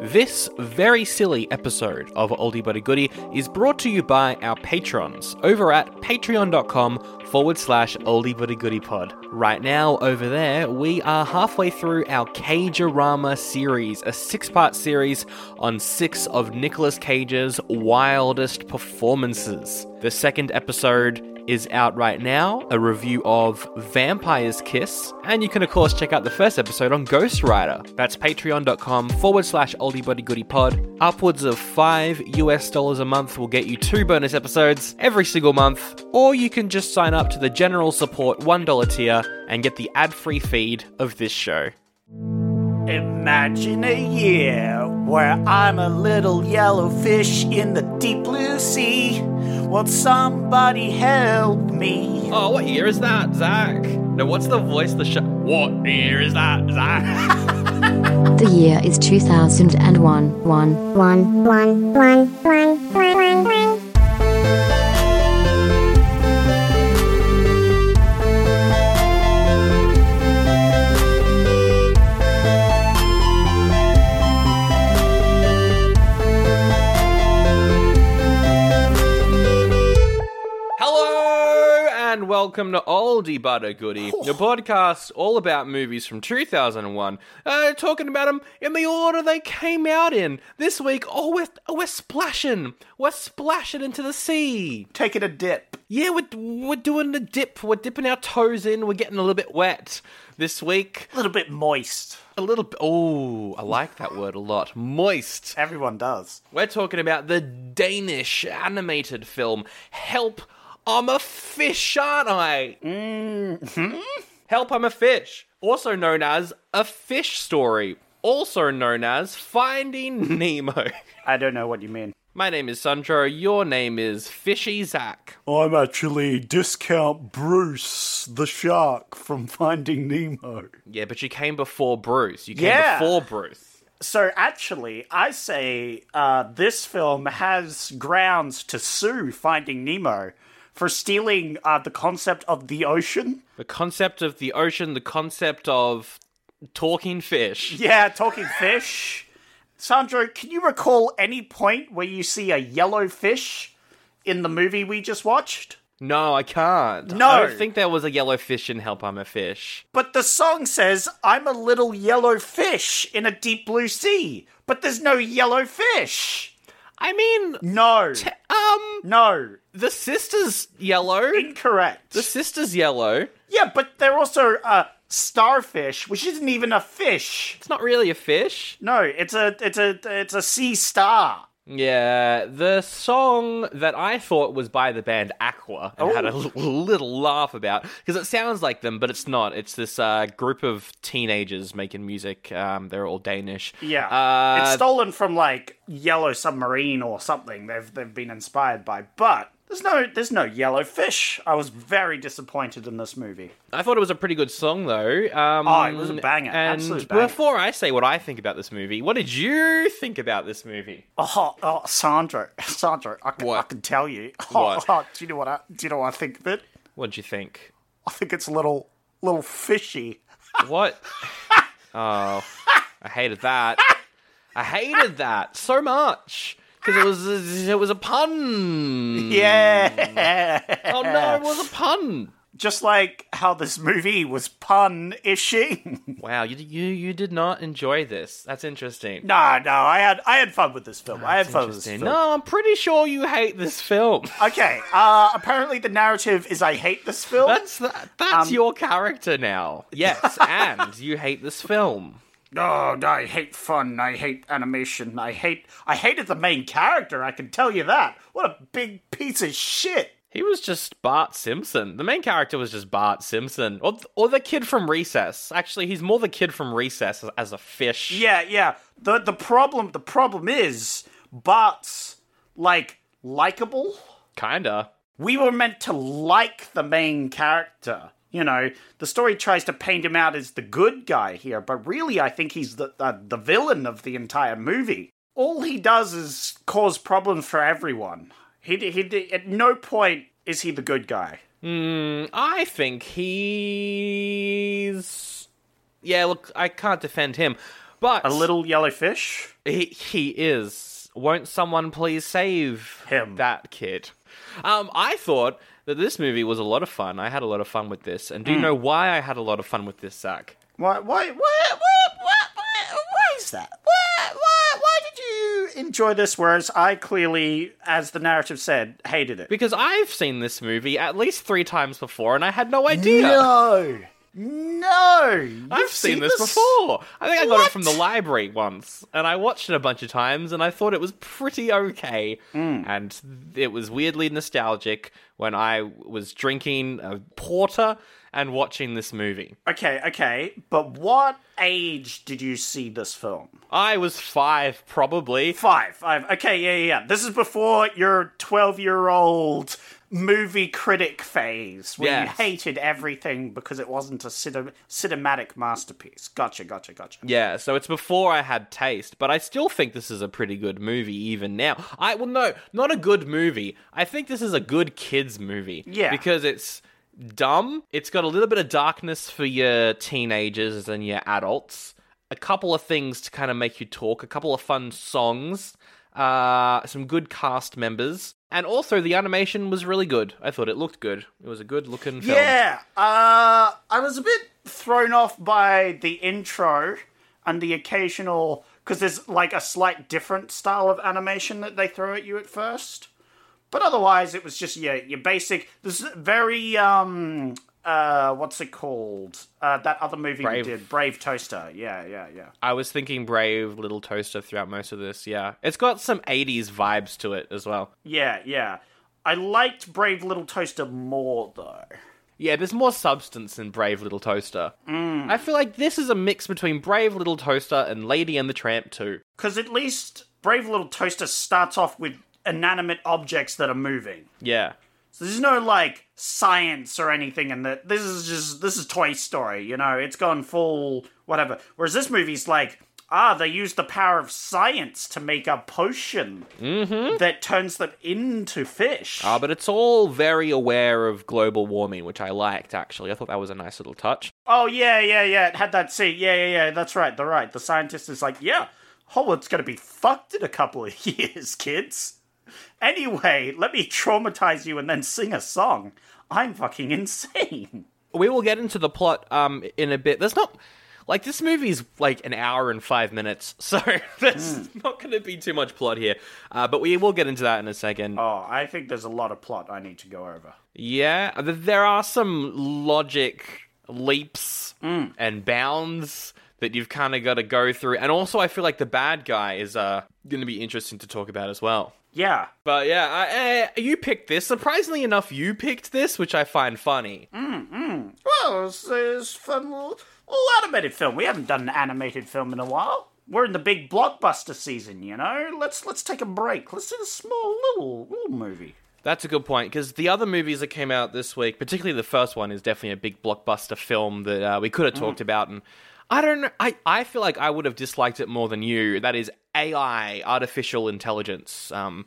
This very silly episode of Oldie But a Goodie is brought to you by our patrons over at patreon.com forward slash oldie but a goodie pod. Right now, over there, we are halfway through our Cagerama series, a six part series on six of Nicolas Cage's wildest performances. The second episode is out right now, a review of Vampire's Kiss, and you can of course check out the first episode on Ghost Rider. That's patreon.com forward slash oldiebuddiegoodiepod. Upwards of five US dollars a month will get you two bonus episodes every single month, or you can just sign up to the general support $1 tier and get the ad-free feed of this show. Imagine a year where I'm a little yellow fish in the deep blue sea. Won't somebody help me? Oh, what year is that, Zach? No, what's the voice the show? What year is that, Zach? The year is 2001. One. One, one, one, one, one, one, one. Hello and welcome to Oldie Butter Goodie, the podcast all about movies from 2001. Uh, talking about them in the order they came out in. This week, oh, we're, oh, we're splashing. We're splashing into the sea. Taking a dip. Yeah, we're, we're doing the dip. We're dipping our toes in. We're getting a little bit wet this week. A little bit moist. A little bit. Oh, I like that word a lot. Moist. Everyone does. We're talking about the Danish animated film Help I'm a Fish, aren't I? Mm-hmm. Help I'm a Fish, also known as A Fish Story, also known as Finding Nemo. I don't know what you mean. My name is Sandro, your name is Fishy Zach. I'm actually Discount Bruce the Shark from Finding Nemo. Yeah, but you came before Bruce. You came Yeah. before Bruce. So actually, I say uh, this film has grounds to sue Finding Nemo for stealing uh, the concept of the ocean. The concept of the ocean, the concept of talking fish. Yeah, talking fish. Sandro, can you recall any point where you see a yellow fish in the movie we just watched? No, I can't. No. I don't think there was a yellow fish in Help I'm a Fish. But the song says, I'm a little yellow fish in a deep blue sea. But there's no yellow fish. I mean, No. um, No. the sister's yellow. Incorrect. The sister's yellow. Yeah, but they're also a starfish, which isn't even a fish. It's not really a fish. No, it's a it's a it's a sea star. Yeah, the song that I thought was by the band Aqua and had a Oh. l- little laugh about because it sounds like them, but it's not. It's this uh, group of teenagers making music. Um, they're all Danish. Yeah, uh, it's stolen from like Yellow Submarine or something. They've they've been inspired by, but there's no there's no yellow fish. I was very disappointed in this movie. I thought it was a pretty good song though. Um, Oh, it was a banger, And absolute banger. before I say what I think about this movie, what did you think about this movie? Oh, oh Sandro, Sandro, I can, What? I can tell you. What? Oh, do you know what I do you know what I think of it? What did you think? I think it's a little little fishy. What? oh, I hated that. I hated that so much because it was it was a pun. Yeah, Oh no, it was a pun. just like how this movie was pun ishing. Wow, you you you did not enjoy this. That's interesting. No, no, I had I had fun with this film. I had fun with this Interesting. film. No, I'm pretty sure you hate this film. Okay. Uh, apparently, the narrative is I hate this film. That's that, that's your character now. Yes, and you hate this film. No, no, Oh, I hate fun. I hate animation. I hate. I hated the main character. I can tell you that. What a big piece of shit. He was just Bart Simpson. The main character was just Bart Simpson, or or the kid from Recess. Actually, he's more the kid from Recess as, as a fish. Yeah, yeah. The the problem the problem is Bart's like likable. kinda. We were meant to like the main character. You know, the story tries to paint him out as the good guy here, but really I think he's the uh, the villain of the entire movie. All he does is cause problems for everyone. He, d- he d- at no point is he the good guy. Mm, I think he's. Yeah, look, I can't defend him, but A little yellow fish? he he is. Won't someone please save Him. that kid? Um, I thought that this movie was a lot of fun. I had a lot of fun with this, and do Hmm. you know why I had a lot of fun with this, Zach? Why, why, why, why, why, why, why is that? Why, why, why did you enjoy this? Whereas I clearly, as the narrative said, hated it. Because I've seen this movie at least three times before, and I had no idea. No, no, I've You've seen, this, before. I think I got it from the What? library once, and I watched it a bunch of times, and I thought it was pretty okay. And it was weirdly nostalgic when I was drinking a porter and watching this movie. Okay, okay, but what age did you see this film? I was five, probably. Five, five. Okay, yeah, yeah, yeah. This is before your twelve-year-old movie critic phase, where Yes. you hated everything because it wasn't a cinem- cinematic masterpiece. Gotcha, gotcha, gotcha. Yeah, so it's before I had taste, but I still think this is a pretty good movie even now. I well no, not a good movie. I think this is a good kids movie. Yeah. Because it's dumb. It's got a little bit of darkness for your teenagers and your adults. A couple of things to kind of make you talk, a couple of fun songs, uh, some good cast members. And also the animation was really good. I thought it looked good. It was a good looking film. Yeah, uh, I was a bit thrown off by the intro and the occasional because there's like a slight different style of animation that they throw at you at first. But otherwise, it was just yeah, your basic. This is very um uh, what's it called? Uh, that other movie Brave. we did, Brave Toaster. Yeah, yeah, yeah. I was thinking Brave Little Toaster throughout most of this. Yeah, it's got some '80s vibes to it as well. Yeah, yeah. I liked Brave Little Toaster more though. Yeah, there's more substance in Brave Little Toaster. I feel like this is a mix between Brave Little Toaster and Lady and the Tramp too. Because at least Brave Little Toaster starts off with inanimate objects that are moving. Yeah, So there's no like science or anything in that. This is just this is Toy Story, you know. It's gone full whatever. Whereas this movie's like, ah, they use the power of science to make a potion that turns them into fish. uh, but it's all very aware of global warming, which I liked actually. I thought that was a nice little touch. oh yeah, yeah, yeah. It had that scene. Yeah, yeah, yeah. That's right. They're right. The scientist is like, yeah, Hollywood's gonna be fucked in a couple of years, kids. Anyway, let me traumatize you and then sing a song. I'm fucking insane. we will get into the plot um in a bit. There's not like this movie's like an hour and five minutes, so there's not going to be too much plot here. Uh, but we will get into that in a second. Oh, I think there's a lot of plot I need to go over. Yeah, th- there are some logic leaps and bounds that you've kind of got to go through, and also I feel like the bad guy is uh going to be interesting to talk about as well. Yeah. But yeah, I, I, you picked this. Surprisingly enough, you picked this, which I find funny. Well, it's, it's fun little, little animated film. We haven't done an animated film in a while. We're in the big blockbuster season, you know. Let's let's take a break. Let's do a small little little movie. That's a good point because the other movies that came out this week, particularly the first one, is definitely a big blockbuster film that uh, we could have talked about. And I don't know, I, I feel like I would have disliked it more than you. That is AI, artificial intelligence. Um,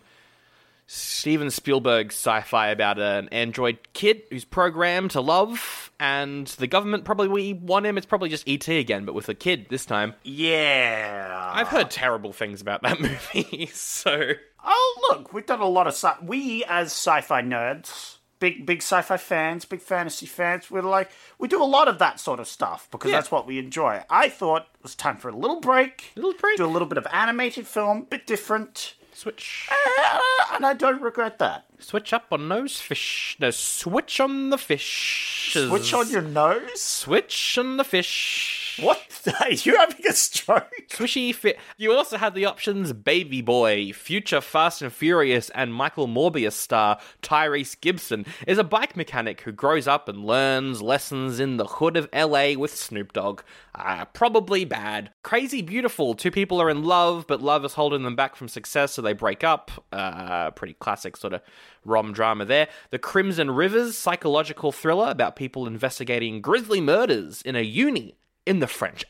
Steven Spielberg's sci-fi about an android kid who's programmed to love, and the government probably we want him. It's probably just ET again, but with a kid this time. Yeah. I've heard terrible things about that movie, so Oh, look, we've done a lot of sci. We as sci-fi nerds, big big sci-fi fans, big fantasy fans, we're like we do a lot of that sort of stuff because Yeah. that's what we enjoy. I thought it was time for a little break. little break. do a little bit of animated film, bit different, Switch. uh, and I don't regret that. Switch up on those fish. No, switch on the fish. Switch on your nose. Switch on the fish. What? Are you having a stroke? Swishy Fit. You also had the options Baby Boy, future Fast and Furious and Michael Morbius star Tyrese Gibson is a bike mechanic who grows up and learns lessons in the hood of LA with Snoop Dogg. Ah, probably bad. Crazy Beautiful. Two people are in love, but love is holding them back from success, so they break up. Uh, pretty classic sort of rom drama there. The Crimson Rivers, psychological thriller about people investigating grisly murders in a uni in the French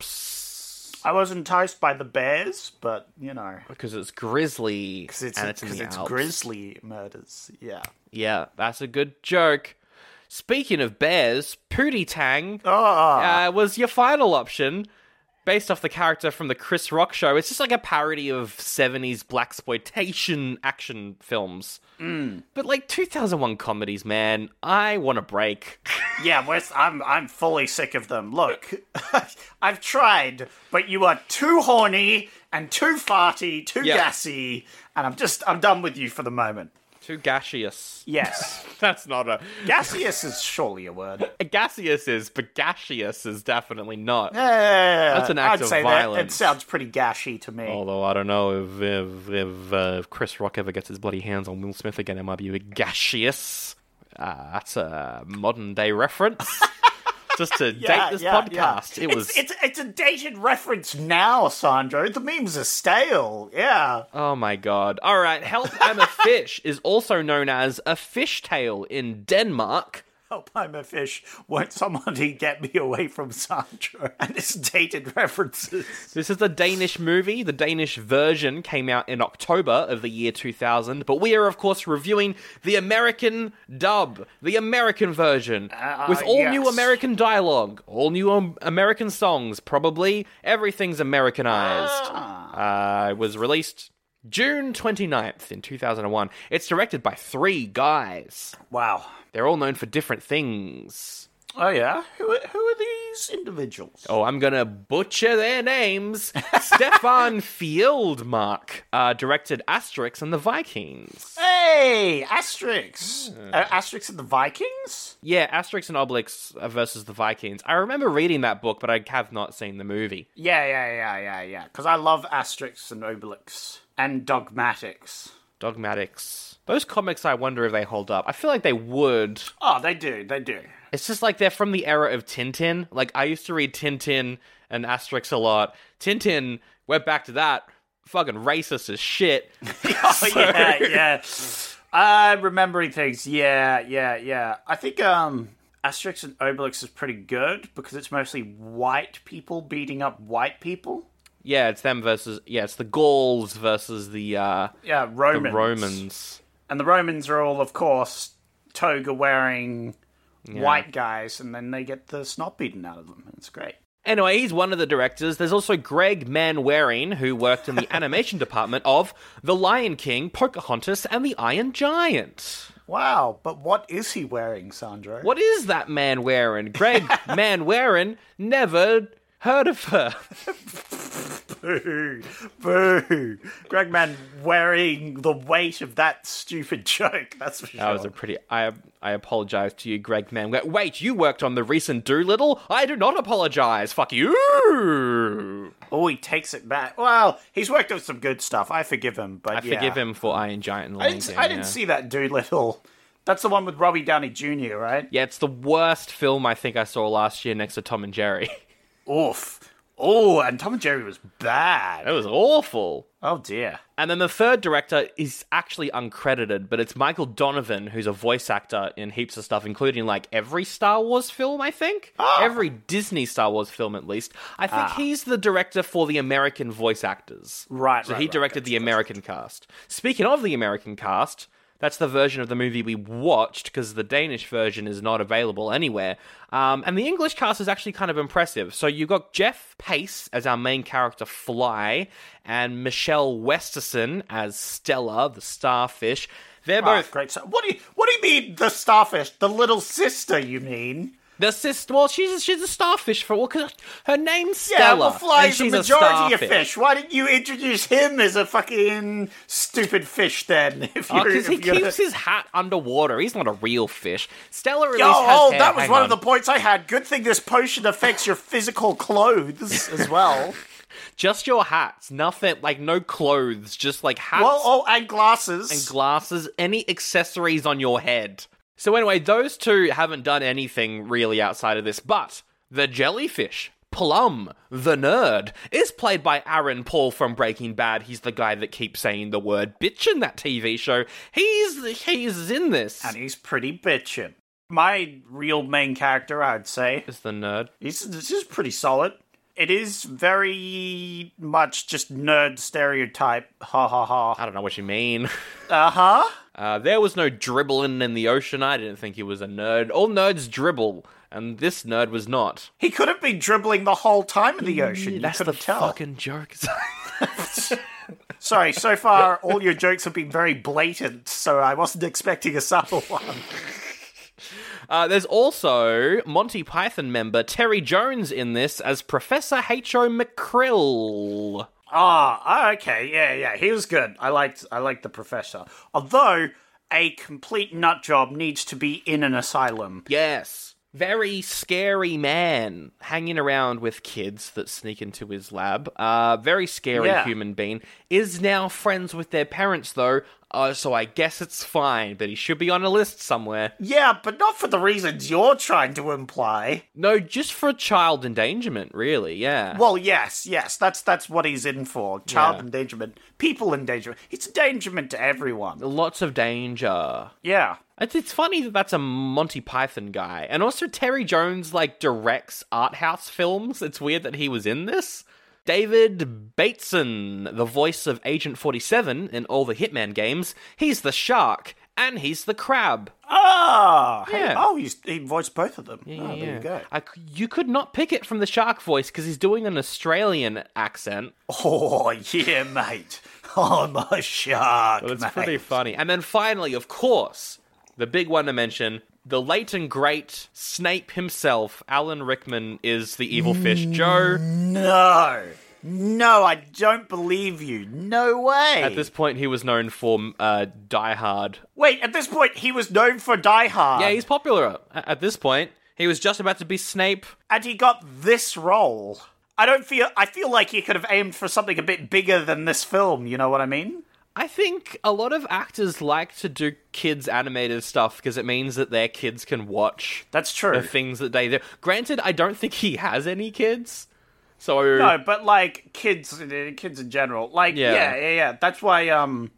Alps. I was enticed by the bears, but you know, Because it's grizzly. because it's and it's, in because the it's Alps. grizzly murders. Yeah. Yeah, that's a good joke. Speaking of bears, Pootie Tang Oh, uh, was your final option, based off the character from the Chris Rock show. It's just like a parody of '70s black exploitation action films, Mm. but like 2001 comedies. Man, I want a break. yeah. Wes, I'm I'm fully sick of them. Look, I've tried, but you are too horny and too farty, too Yeah. gassy, and I'm just I'm done with you for the moment. Too gaseous. Yes, That's not a. gaseous is surely a word. a gaseous is, but gaseous is definitely not. Yeah, That's an act I'd of say That. It violence. Oh, sounds pretty gashy to me. Although I don't know if if, if, uh, if Chris Rock ever gets his bloody hands on Will Smith again, it might be a bit gaseous. Uh, that's a modern day reference. Just to Yeah, date this yeah, yeah. podcast, it It's- was. it's, it's a dated reference now, Sandro. The memes are stale. Yeah. Oh my god! All right, help! I'm a fish is also known as a fishtail in Denmark. Help! I'm a fish. Won't somebody get me away from Sandro and his dated references? This is the Danish movie. The Danish version came out in October of the year 2000, but we are, of course, reviewing the American dub, the American version, with all new yes. American dialogue, all new um, American songs, probably. Everything's Americanized. Uh, it was released June 29th in 2001. It's directed by three guys. Wow. They're all known for different things. Oh yeah. Who are, who are these individuals? Oh, I'm gonna butcher their names. Stefan Fieldmark uh, directed Asterix and the Vikings. Hey, Asterix. Hmm. Uh, Asterix and the Vikings. Yeah, Asterix and Obelix uh, versus the Vikings. I remember reading that book, but I have not seen the movie. Yeah, yeah, yeah, yeah, yeah. Because I love Asterix and Obelix and Dogmatics. Dogmatics. Those comics, I wonder if they hold up. I feel like they would. Oh, they do. They do. It's just like they're from the era of Tintin. Like I used to read Tintin and Asterix a lot. Tintin went back to that. Fucking racist as shit. Oh, yeah, yeah. I'm remembering things. Yeah, yeah, yeah. I think um, Asterix and Obelix is pretty good because it's mostly white people beating up white people. Yeah, it's them versus yeah, it's the Gauls versus the uh Yeah, Romans. the Romans. And the Romans are all, of course, toga wearing white guys, and then they get the snot beaten out of them. It's great. Anyway, he's one of the directors. There's also Greg Manwaring, who worked in the animation department of The Lion King, Pocahontas, and The Iron Giant. Wow, but what is he wearing, Sandro? What is that man wearing? Greg Manwaring never heard of her. Boo! Boo! Gregman wearing the weight of that stupid joke. That's for sure. That was a pretty. I I apologize to you, Greg Manwaring. Wait, you worked on the recent Doolittle? I do not apologize. Fuck you. Oh, he takes it back. Well, he's worked on some good stuff. I forgive him, but I forgive him for Iron Giant and the I Lion didn't, King. I didn't yeah. see that Doolittle. That's the one with Robbie Downey Jr., right? Yeah, it's the worst film I think I saw last year next to Tom and Jerry. Oof. Oh, and Tom and Jerry was bad. That was awful. Oh dear. And then the third director is actually uncredited, but it's Michael Donovan, who's a voice actor in heaps of stuff, including like every Star Wars film, I think. Ah! Every Disney Star Wars film, at least. I think he's the director for the American voice actors. Right, So right, he right. directed the American cast. Speaking of the American cast, that's the version of the movie we watched because the Danish version is not available anywhere. Um, and the English cast is actually kind of impressive. So you've got Jeff Pace as our main character, Fly, and Michelle Westerson as Stella, the starfish. They're Oh, both. great. So, what do you What do you mean the starfish? The little sister? You mean? The sister. Well, she's a, she's a starfish for well, 'cause her name's Stella. Yeah, well, and flies the she's a majority of fish. Why didn't you introduce him as a fucking stupid fish then? If you're, Because Oh, he if you're- keeps his hat underwater. He's not a real fish. Stella at least Yo, has oh, hair. that was Hang one on. of the points I had. Good thing this potion affects your physical clothes as well. just your hats, nothing like no clothes, just like hats well, oh, and glasses. and glasses, any accessories on your head. So anyway, those two haven't done anything really outside of this, but the jellyfish, Plum, the nerd, is played by Aaron Paul from Breaking Bad. He's the guy that keeps saying the word bitch in that TV show. He's he's in this. and he's pretty bitchin'. My real main character, I'd say. Is the nerd. This this is pretty solid. It is very much just nerd stereotype. Ha ha ha. I don't know what you mean. Uh huh. Uh, there was no dribbling in the ocean. I didn't think he was a nerd. All nerds dribble, and this nerd was not. He could have been dribbling the whole time in the ocean. You That's the couldn't tell. fucking joke. Sorry, so far all your jokes have been very blatant, so I wasn't expecting a subtle one. uh, there's also Monty Python member Terry Jones in this as Professor H.O. McCrill. Ah, oh, okay, yeah, yeah. He was good. I liked I liked the professor. Although a complete nut job needs to be in an asylum. Yes. Very scary man hanging around with kids that sneak into his lab. Uh, very scary Yeah. human being. Is now friends with their parents, though, uh, so I guess it's fine, but he should be on a list somewhere. Yeah, but not for the reasons you're trying to imply. No, just for child endangerment, really, yeah. Well, yes, yes, that's that's what he's in for. Child endangerment, people endangerment. It's endangerment to everyone. Lots of danger. Yeah. It's, it's funny that that's a Monty Python guy. And also, Terry Jones, like, directs art house films. It's weird that he was in this. David Bateson, the voice of Agent 47 in all the Hitman games, he's the shark and he's the crab. Ah. hey- Yeah. oh, he's, he voiced both of them. oh, there Yeah. you go. I c- you could not pick it from the shark voice because he's doing an Australian accent. Oh yeah, mate. I'm a shark, Well, it's mate. pretty funny. And then finally, of course, the big one to mention the late and great Snape himself, Alan Rickman, is the evil fish Joe. No. No, I don't believe you. No way. At this point, he was known for uh, Die Hard. Uh, Wait, at this point, he was known for Die Hard. Yeah, he's popular at at this point. He was just about to be Snape. and he got this role. I don't feel. I feel like he could have aimed for something a bit bigger than this film. You know what I mean? I think a lot of actors like to do kids animated stuff because it means that their kids can watch That's true. the things that they do. Granted, I don't think he has any kids, so No, but like kids, uh, kids in general. Like Yeah. yeah, yeah, yeah. That's why. Um,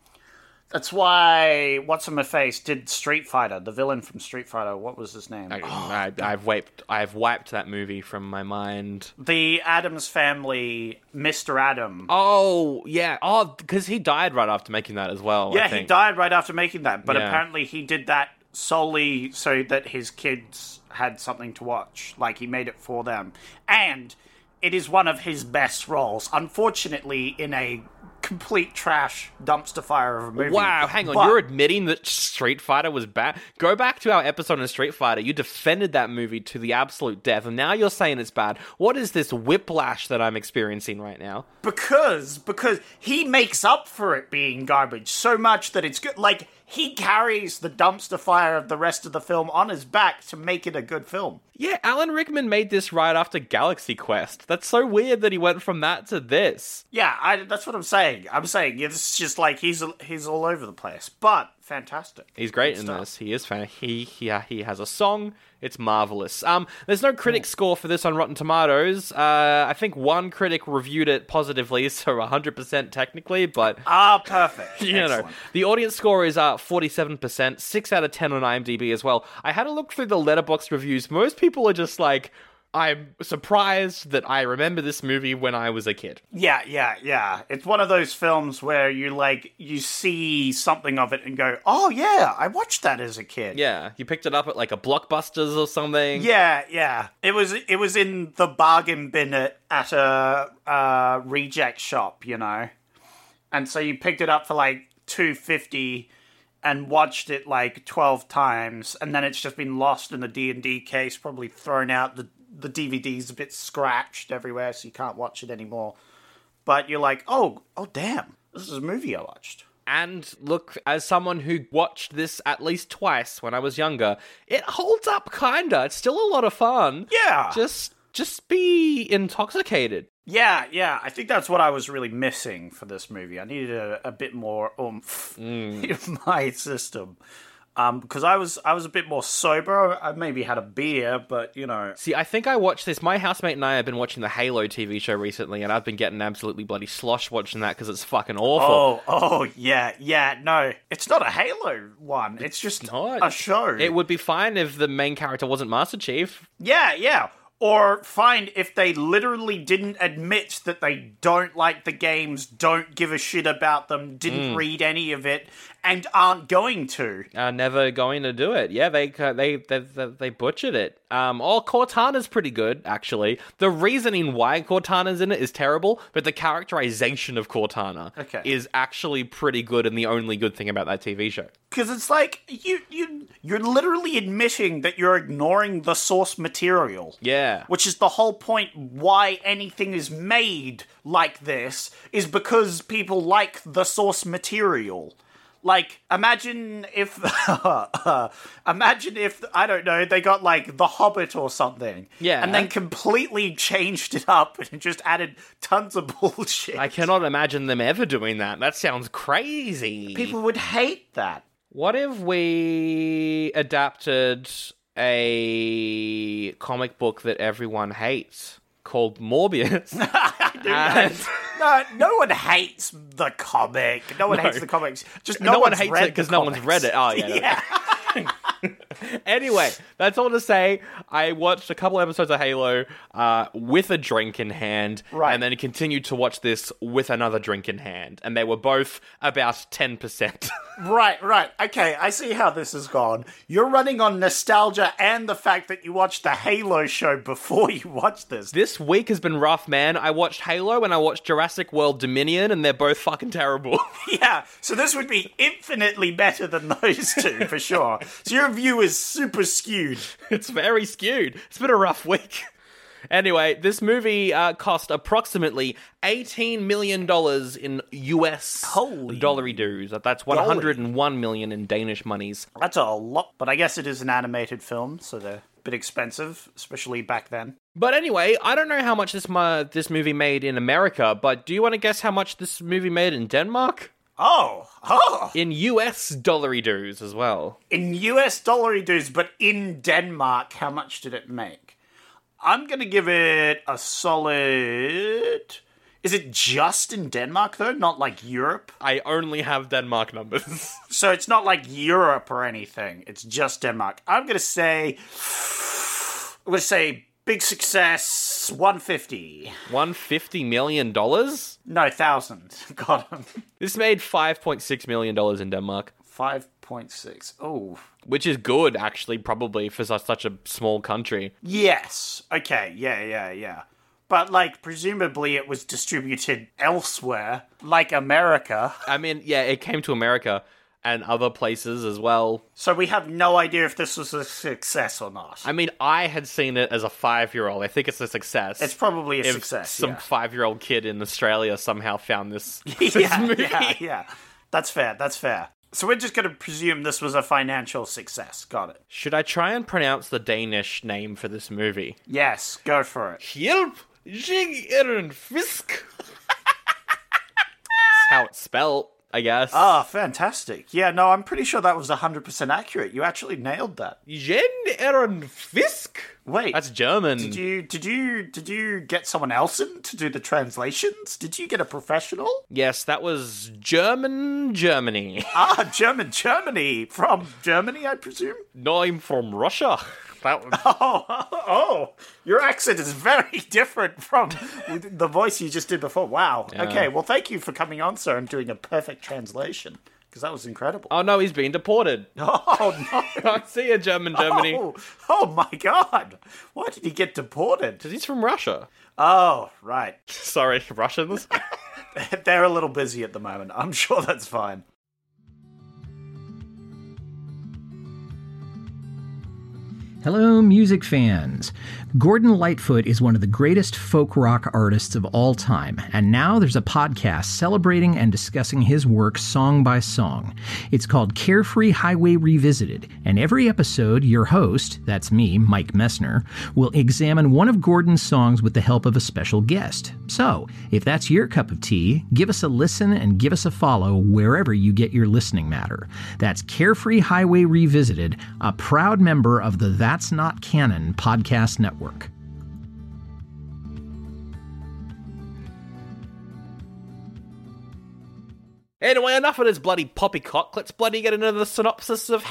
that's why. What's in my face did Street Fighter, the villain from Street Fighter. What was his name? I, I've wiped. I've wiped that movie from my mind. The Adams Family, Mr. Adam. Oh yeah. Oh, because he died right after making that as well. I yeah, he think. died right after making that, but Yeah. apparently he did that solely so that his kids had something to watch. Like he made it for them, and it is one of his best roles. Unfortunately, in a complete trash dumpster fire of a movie. Wow, hang on. But- You're admitting that Street Fighter was bad. Go back to our episode on Street Fighter. You defended that movie to the absolute death, and now you're saying it's bad. What is this whiplash that I'm experiencing right now? because because he makes up for it being garbage so much that it's good like he carries the dumpster fire of the rest of the film on his back to make it a good film Yeah, Alan Rickman made this right after Galaxy Quest. That's so weird that he went from that to this. yeah I, that's what i'm saying i'm saying it's just like he's he's all over the place but fantastic He's great Good in stuff. this. He is fan. He he uh, he has a song. It's marvelous. Um, there's no critic score for this on Rotten Tomatoes. Uh, I think one critic reviewed it positively, so 100% technically, but ah perfect you know, Excellent. the audience score is uh 47%, six out of ten on IMDb as well. I had a look through the letterbox reviews. Most people are just like, I'm surprised that I remember this movie when I was a kid. yeah yeah yeah it's one of those films where you like you see something of it and go oh yeah i watched that as a kid Yeah, you picked it up at like a Blockbusters or something. Yeah, yeah. It was it was in the bargain bin at, at a uh, reject shop, you know, and so you picked it up for like two fifty, and watched it like 12 times and then it's just been lost in the D&D case, probably thrown out the the DVD's a bit scratched everywhere so you can't watch it anymore. But you're like, "Oh, oh damn. This is a movie I watched." And look, as someone who watched this at least twice when I was younger, it holds up kinda. It's still a lot of fun. Yeah. Just just be intoxicated. Yeah, yeah. I think that's what I was really missing for this movie. I needed a, a bit more oomph Mm. in my system. Um, because I was I was a bit more sober. I maybe had a beer, but you know, See, I think I watched this. My housemate and I have been watching the Halo TV show recently, and I've been getting absolutely bloody slosh watching that because it's fucking awful. oh, oh, yeah, yeah. No, it's not a Halo one. It's, just not. a show. It would be fine if the main character wasn't Master Chief. yeah, yeah. Or fine if they literally didn't admit that they don't like the games, don't give a shit about them, Mm. didn't read any of it, and aren't going to. Are never going to do it. Yeah, they ca- they they they, they butchered it. Um, oh, Cortana's pretty good actually. The reasoning why Cortana's in it is terrible, but the characterization of Cortana Okay. is actually pretty good, and the only good thing about that TV show. Because it's like you you you're literally admitting that you're ignoring the source material. Yeah. Which is the whole point why anything is made like this is because people like the source material. Like imagine if imagine if I don't know they got like The Hobbit or something. Yeah. And then completely changed it up and just added tons of bullshit. I cannot imagine them ever doing that. That sounds crazy. People would hate that. What if we adapted a comic book that everyone hates called Morbius? And No, no one hates the comic. No one hates the comics. Just no, no one one's hates read it because the no one's read comics. it. Oh, yeah. no. Yeah. Anyway, that's all to say. I watched a couple episodes of Halo uh, with a drink in hand, Right. and then continued to watch this with another drink in hand, and they were both about ten percent. Right, right. Okay, I see how this has gone. You're running on nostalgia and the fact that you watched the Halo show before you watched this. this week has been rough, man. I watched Halo and I watched Jurassic World Dominion, and they're both fucking terrible. Yeah, so this would be infinitely better than those two for sure. So your view is super skewed. it's very skewed. It's been a rough week. Anyway, this movie uh, cost approximately eighteen million dollars in U.S. Holy dollary dues. That's one hundred and one million in Danish monies. That's a lot, but I guess it is an animated film, so they're a bit expensive, especially back then. But anyway, I don't know how much this mu- this movie made in America, but do you want to guess how much this movie made in Denmark? Oh, oh. In U.S. dollary dues as well. in US dollary dues, but in Denmark, how much did it make? I'm gonna give it a solid. Is it just in Denmark though, not like Europe? I only have Denmark numbers. So it's not like Europe or anything. It's just Denmark. I'm gonna say. I'm gonna say big success. 150. One fifty million dollars. No, thousand. Got him. This made five point six million dollars in Denmark. 5.6. Oh, which is good actually probably for su- such a small country Yes. Okay. Yeah, yeah, yeah. But, like, presumably it was distributed elsewhere, like America. i mean yeah it came to america and other places as well So we have no idea if this was a success or not. i mean i had seen it as a five-year-old i think it's a success it's probably a if success. some yeah. five-year-old kid in australia somehow found this, this yeah, movie yeah, yeah. That's fair. That's fair. So we're just going to presume this was a financial success. Got it. should i try and pronounce the danish name for this movie Yes. Go for it. Hjælp, jeg er en fisk. That's how it's spelt i guess Ah, fantastic. Yeah, no, I'm pretty sure that was 100% accurate. You actually nailed that. Jen er en fisk. Wait. that's german Did you did you did you get someone else in to do the translations? Did you get a professional? Yes, that was German Germany. Ah, German Germany from Germany, I presume. no, I'm from Russia. That was- Oh, oh, your accent is very different from the voice you just did before. Wow. Okay, well, thank you for coming on, sir, and doing a perfect translation because that was incredible. oh no, he's been deported. Oh no! See ya, German Germany. Oh, oh my God! Why did he get deported? 'Cause he's from Russia. Oh, right. Sorry, Russians. They're a little busy at the moment. I'm sure that's fine. Hello, music fans. Gordon Lightfoot is one of the greatest folk rock artists of all time, and now there's a podcast celebrating and discussing his work song by song. It's called Carefree Highway Revisited, and every episode, your host, that's me, Mike Messner, will examine one of Gordon's songs with the help of a special guest. So, if that's your cup of tea, give us a listen and give us a follow wherever you get your listening matter. That's Carefree Highway Revisited, a proud member of the That's Not Canon podcast network. Anyway, enough of this bloody poppycock. Let's bloody get into the synopsis of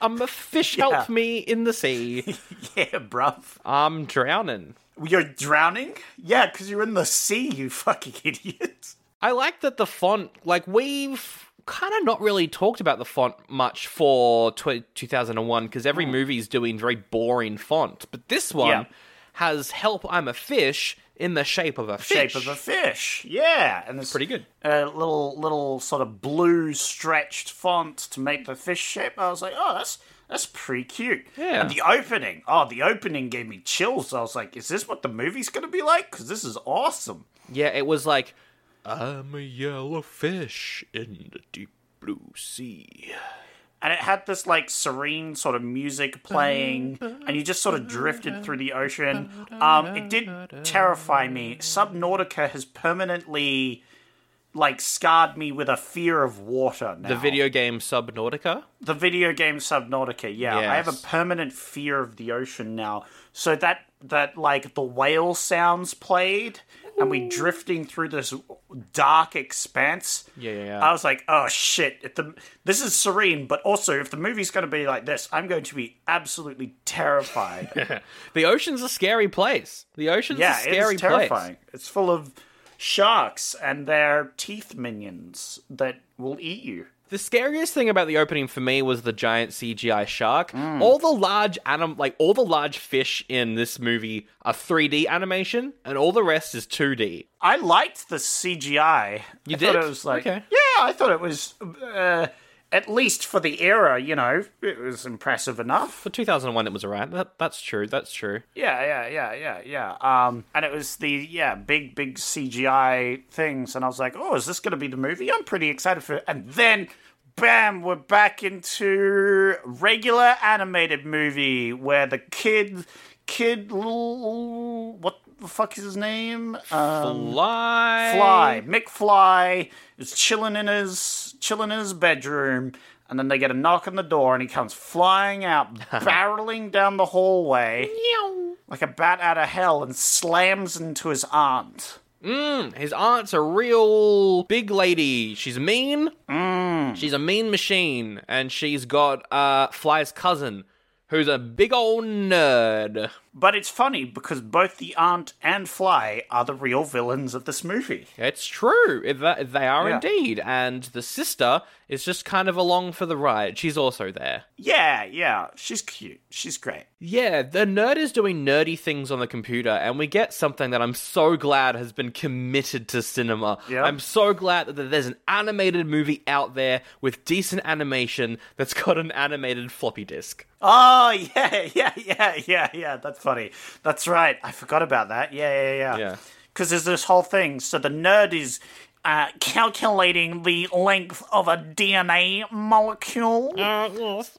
um, Fish Help Yeah. Me in the Sea. Yeah, bruv. I'm drowning. You're drowning? Yeah, because you're in the sea, you fucking idiot. I like that the font, like, we've kind of not really talked about the font much for tw- 2001 because every movie's doing very boring font. But this one Mm. Yeah. has help, I'm a fish in the shape of a fish. Shape of a fish. Yeah, and it's Pretty good. A little little sort of blue stretched font to make the fish shape. I was like, oh, that's that's pretty cute. Yeah. And the opening. Oh, the opening gave me chills. I was like, is this what the movie's gonna be like? Because this is awesome. Yeah, it was like, I'm a yellow fish in the deep blue sea. and it had this like serene sort of music playing and you just sort of drifted through the ocean um it did terrify me subnautica has permanently like scarred me with a fear of water now The video game Subnautica. the video game subnautica yeah i have a Yes. permanent fear of the ocean now so that that like the whale sounds played and we drifting through this dark expanse Yeah, yeah, yeah. I was like, oh shit! If the this is serene, but also if the movie's going to be like this, I'm going to be absolutely terrified. The ocean's a scary place. The ocean's yeah, a scary place. it's terrifying. It's full of sharks and their teeth minions that will eat you. The scariest thing about the opening for me was the giant CGI shark. All the large anim- like all the large fish in this movie are 3D animation, and all the rest is 2D. I liked the CGI. You I thought did? it was like, Okay. yeah, I thought it was uh, at least for the era. You know, it was impressive enough. For 2001, it was alright. That- that's true. That's true. Yeah, yeah, yeah, yeah, yeah. Um, and it was the yeah big, big CGI things, and I was like, oh, is this going to be the movie? I'm pretty excited for it. And then, bam, we're back into regular animated movie where the kid, kid, little- what the fuck is his name? Um, Fly. Fly, Mick Fly is chilling in his chilling in his bedroom, and then they get a knock on the door, and he comes flying out, barreling down the hallway like a bat out of hell, and slams into his aunt. His aunt's a real big lady. She's mean. She's a mean machine, and she's got uh, Fly's cousin, who's a big old nerd. But it's funny because both the aunt and Fly are the real villains of this movie. It's true. It- that- They are Yeah. indeed. And the sister is just kind of along for the ride. She's also there. Yeah, yeah, she's cute. She's great. Yeah, the nerd is doing nerdy things on the computer, and we get something that I'm so glad has been committed to cinema. Yeah. I'm so glad that there's an animated movie out there with decent animation that's got an animated floppy disk. Oh yeah, yeah, yeah, yeah, yeah. That's funny. That's right. I forgot about that. Yeah, yeah, yeah. Yeah. Because there's this whole thing. So the nerd is uh, calculating the length of a DNA molecule.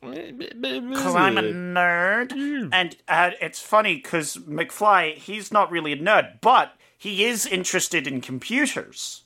Because I'm a Mm. nerd, and uh, it's funny because McFly he's not really a nerd, but he is interested in computers,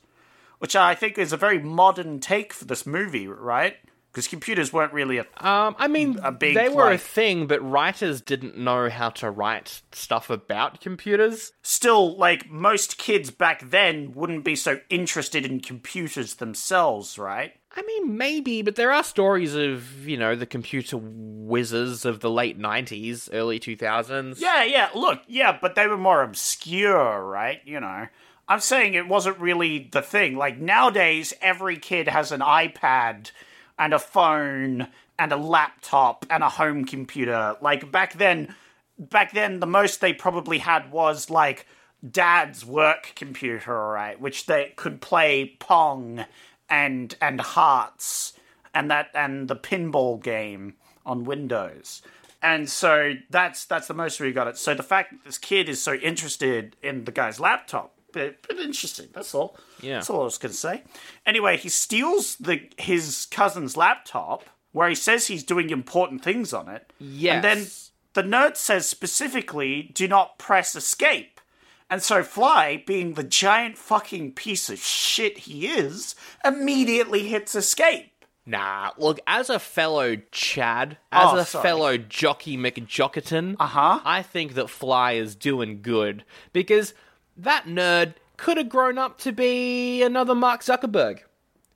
which I think is a very modern take for this movie, right? Because computers weren't really a Um, I mean, big, they were a like- thing, but writers didn't know how to write stuff about computers. still like most kids back then wouldn't be so interested in computers themselves right I mean, maybe, but there are stories of, you know, the computer whizzes of the late 90s, early 2000s. yeah yeah look yeah but they were more obscure right you know i'm saying it wasn't really the thing like nowadays every kid has an ipad and a phone and a laptop and a home computer like back then back then the most they probably had was like dad's work computer right which they could play pong and and hearts and that and the pinball game on windows And so that's that's the most we got it. So the fact that this kid is so interested in the guy's laptop, bit, bit interesting. That's all. Yeah. That's all I was gonna say. Anyway, he steals the his cousin's laptop where he says he's doing important things on it. Yes. And then the nerd says specifically, "Do not press escape." And so Fly, being the giant fucking piece of shit he is, immediately hits escape. Nah, look, as a fellow Chad, as Oh, a sorry. fellow jockey McJockerton, Uh-huh. I think that Fly is doing good because that nerd could have grown up to be another Mark Zuckerberg.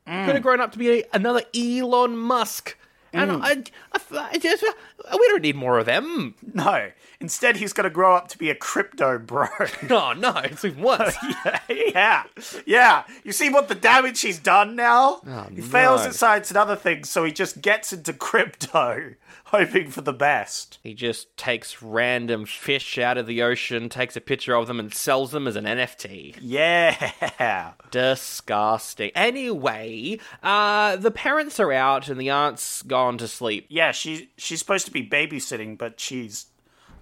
Mm. Could have grown up to be another Elon Musk. And Mm. I, I, I just, we don't need more of them. No. Instead, he's going to grow up to be a crypto bro. No, no, it's even worse. yeah. Yeah. You see what the damage he's done now? he fails no. at science and other things, so he just gets into crypto, hoping for the best. He just takes random fish out of the ocean, takes a picture of them, and sells them as an NFT. Yeah. Disgusting. Anyway, uh, the parents are out and the aunt's gone to sleep. Yeah, she, she's supposed to be babysitting, but she's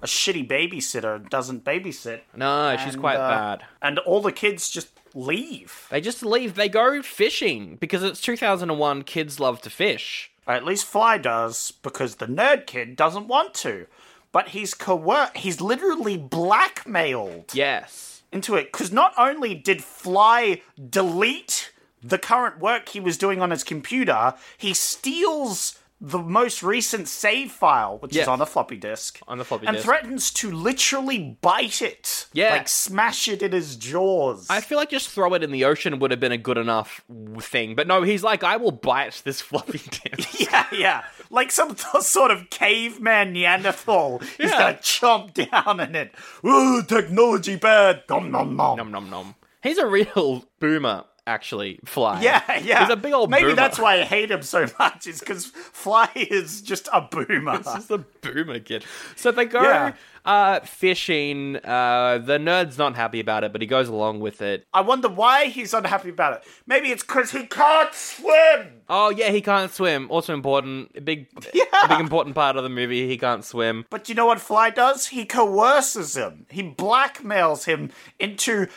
a shitty babysitter and doesn't babysit. No, she's And, quite uh, bad. And all the kids just leave. They just leave. They go fishing because it's 2001. Kids love to fish. Or at least Fly does, because the nerd kid doesn't want to. But he's coer he's literally blackmailed Yes. into it. Because not only did Fly delete the current work he was doing on his computer, he steals the most recent save file, which Yes. is on a floppy disk. On the floppy and disk. threatens to literally bite it. Yeah. Like smash it in his jaws. I feel like just throw it in the ocean would have been a good enough w- thing. But no, he's like, I will bite this floppy disk. Yeah, yeah. Like some th- sort of caveman Neanderthal. He's Yeah. gonna chomp down in it. Ooh, technology bad. Nom nom nom. nom, nom, nom. He's a real boomer, actually, Fly. Yeah, yeah. He's a big old Maybe boomer. that's why I hate him so much, is because Fly is just a boomer. It's the boomer kid. So they go Yeah. uh, fishing. Uh, the nerd's not happy about it, but he goes along with it. I wonder why he's unhappy about it. Maybe it's because he can't swim. Oh yeah, he can't swim. Also important, a big, a big important part of the movie. He can't swim. But you know what Fly does? He coerces him. He blackmails him into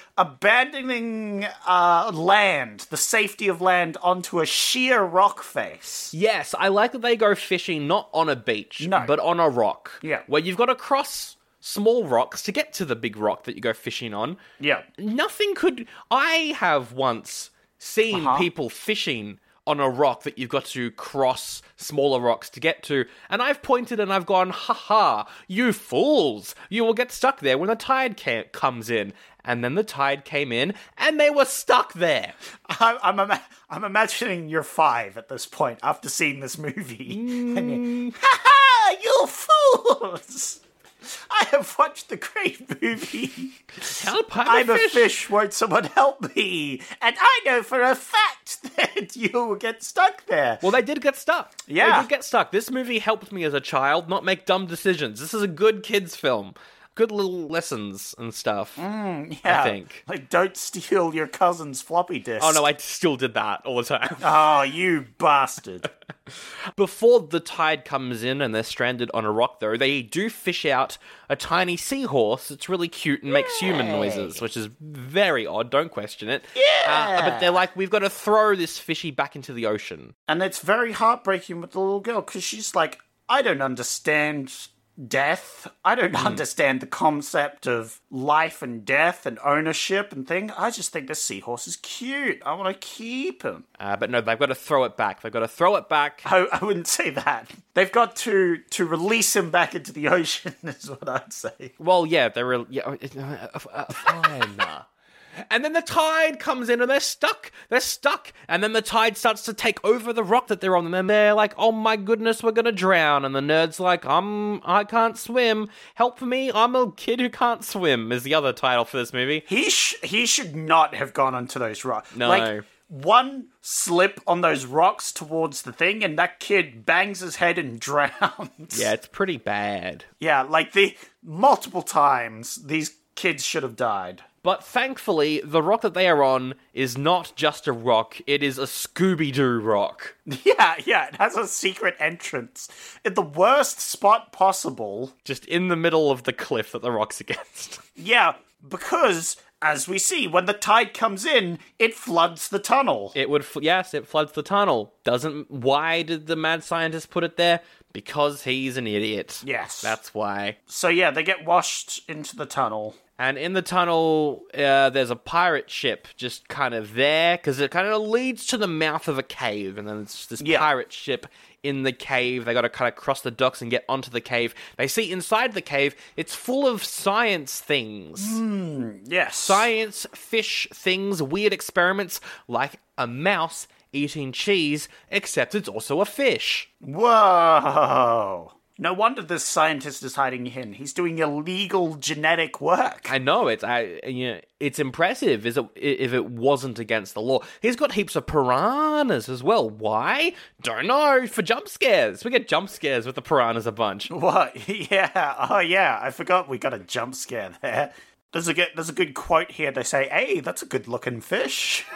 abandoning uh, land, the safety of land, onto a sheer rock face. Yes, I like that they go fishing not on a beach, No. but on a rock. Yeah. where you've got to cross small rocks to get to the big rock that you go fishing on. Yeah. Nothing could. I have once seen Uh-huh. people fishing on a rock that you've got to cross smaller rocks to get to, and I've pointed and I've gone, ha ha, you fools! You will get stuck there when the tide ca- comes in. And then the tide came in, and they were stuck there. I'm I'm, ima- I'm imagining you're five at this point after seeing this movie. Mm. And you, ha ha! You fools! I have watched the great movie. Help! I'm a fish. Won't someone help me? And I know for a fact that you will get stuck there. Well, they did get stuck. Yeah. They did get stuck. This movie helped me as a child not make dumb decisions. This is a good kids' film. Good little lessons and stuff. Mm. Yeah. think. Like, don't steal your cousin's floppy disk. Oh no, I still did that all the time. Oh, you bastard. Before the tide comes in and they're stranded on a rock, though, they do fish out a tiny seahorse that's really cute and makes human noises, which is very odd. Don't question it. Yeah. but they're like, we've got to throw this fishy back into the ocean. And it's very heartbreaking with the little girl because she's like, I don't understand death. I don't understand the concept of life and death and ownership and thing. I just think this seahorse is cute. I want to keep him. Uh, but no, they've got to throw it back. They've got to throw it back. I, I wouldn't say that. They've got to to release him back into the ocean, is what I'd say. Well, yeah, they're real. Yeah, uh, uh, uh, fine. and then the tide comes in and they're stuck. They're stuck. And then the tide starts to take over the rock that they're on. And then they're like, oh my goodness, we're going to drown. And the nerd's like, I'm, I can't swim. Help me. I'm a kid who can't swim, is the other title for this movie. He sh- he should not have gone onto those rocks. No. Like one slip on those rocks towards the thing, and that kid bangs his head and drowns. Yeah, it's pretty bad. Yeah, like the multiple times these kids should have died. But thankfully, the rock that they are on is not just a rock, it is a Scooby Doo rock. Yeah, yeah, it has a secret entrance in the worst spot possible. Just in the middle of the cliff that the rock's against. Yeah, because as we see, when the tide comes in, it floods the tunnel. It would, fl- yes, it floods the tunnel. Doesn't, why did the mad scientist put it there? Because he's an idiot. Yes. That's why. So yeah, they get washed into the tunnel. And in the tunnel, uh, there's a pirate ship just kind of there because it kind of leads to the mouth of a cave, and then it's this Yeah. pirate ship in the cave. They got to kind of cross the docks and get onto the cave. They see inside the cave, it's full of science things, Yes. science fish things, weird experiments like a mouse eating cheese, except it's also a fish. Whoa. No wonder this scientist is hiding in. He's doing illegal genetic work. I know it's I you know, it's impressive is it, if it wasn't against the law. He's got heaps of piranhas as well. Why? Don't know. For jump scares, we get jump scares with the piranhas a bunch. What? yeah. Oh yeah. I forgot we got a jump scare there. There's a good, there's a good quote here. They say, "Hey, that's a good looking fish."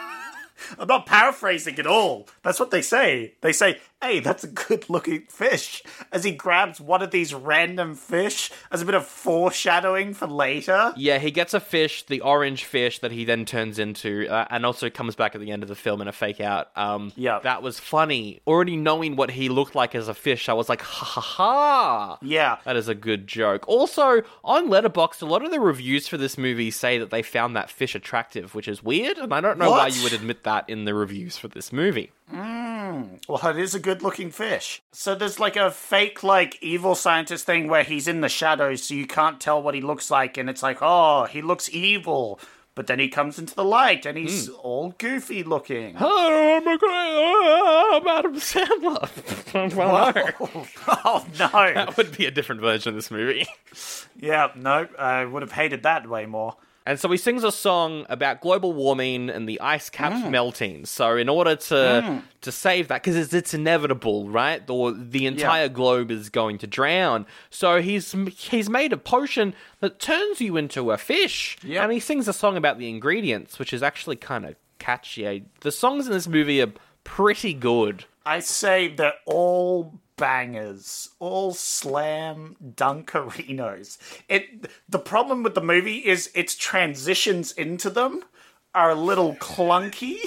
I'm not paraphrasing at all. That's what they say. They say, "Hey, that's a good looking fish." As he grabs one of these random fish as a bit of foreshadowing for later. Yeah, he gets a fish, the orange fish that he then turns into, uh, and also comes back at the end of the film in a fake out. Um, Yeah. that was funny. Already knowing what he looked like as a fish, I was like, ha ha ha. Yeah. That is a good joke. Also, on Letterboxd, a lot of the reviews for this movie say that they found that fish attractive, which is weird, and I don't know why What? you would admit that in the reviews for this movie. Well, it is a good looking fish. So there's like a fake, like, evil scientist thing where he's in the shadows, so you can't tell what he looks like, and it's like, oh, he looks evil. But then he comes into the light and he's all goofy looking. Oh, I'm, a great, oh, I'm Adam Sandler. well, no. oh, no. That would be a different version of this movie. Yeah, no, I would have hated that way more. And so he sings a song about global warming and the ice caps melting. So in order to to save that, because it's, it's inevitable, right? The the entire globe is going to drown. So he's he's made a potion that turns you into a fish. Yep. And he sings a song about the ingredients, which is actually kind of catchy. I- The songs in this movie are pretty good. I say they're all bangers, all slam dunkerinos. It the problem with the movie is its transitions into them are a little clunky.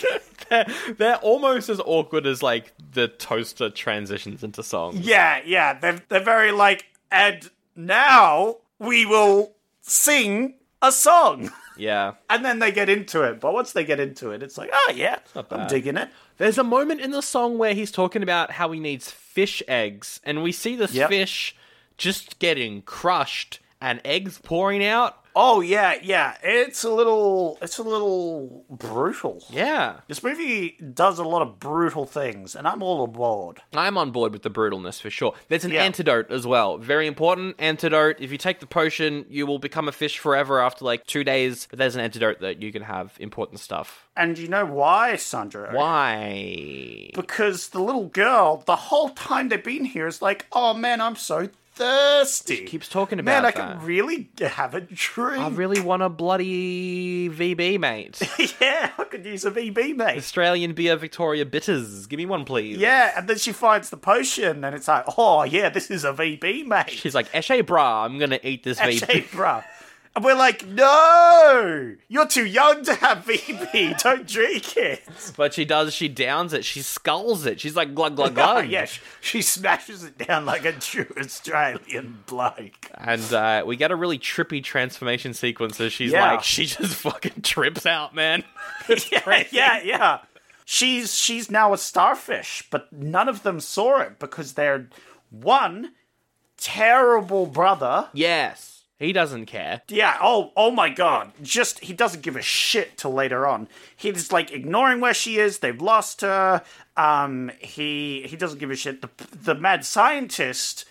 They're almost as awkward as like the toaster transitions into songs. Yeah, yeah. They're, they're very like, and now we will sing a song. Yeah. And then they get into it. But once they get into it, it's like, oh, yeah, I'm digging it. There's a moment in the song where he's talking about how he needs fish eggs, and we see this Yep. fish just getting crushed and eggs pouring out. Oh, yeah, yeah. It's a little, it's a little brutal. Yeah. This movie does a lot of brutal things, and I'm all aboard. I'm on board with the brutalness for sure. There's an Yeah. antidote as well. Very important antidote. If you take the potion, you will become a fish forever after like two days. But there's an antidote that you can have important stuff. And you know why, Sandra? Why? Because the little girl, the whole time they've been here, is like, oh man, I'm so thirsty. She keeps talking Man, I about can that. really have a drink. I really want a bloody VB, mate. yeah, I could use a VB, mate. Australian beer Victoria bitters. Give me one, please. Yeah, and then she finds the potion, and it's like, oh yeah, this is a VB, mate. She's like, Eshe bra, I'm gonna eat this Actually, VB. bruh. And we're like, no, you're too young to have VB. Don't drink it. But she does, she downs it, she skulls it. She's like, glug, glug, glug. Oh, yeah, she, she smashes it down like a true Australian bloke. And uh, we get a really trippy transformation sequence as she's Yeah. like, she just fucking trips out, man. yeah, yeah, yeah. She's she's now a starfish, but none of them saw it because they're one terrible brother. yes. He doesn't care. Yeah, oh oh my god. Just he doesn't give a shit till later on. He's like ignoring where she is, they've lost her. Um he he doesn't give a shit. The the mad scientist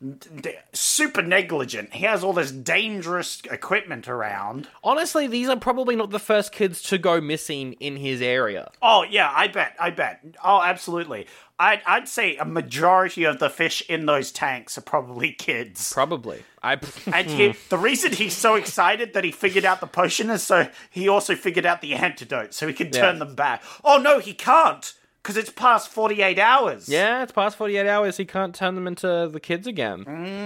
d- super negligent. He has all this dangerous equipment around. Honestly, these are probably not the first kids to go missing in his area. Oh yeah, I bet, I bet. Oh, absolutely. I'd I'd say a majority of the fish in those tanks are probably kids. Probably. I And he, Hmm. the reason he's so excited that he figured out the potion is so he also figured out the antidote so he can turn Yeah. them back. Oh no, he can't because it's past forty eight hours. Yeah, it's past 48 hours. He can't turn them into the kids again.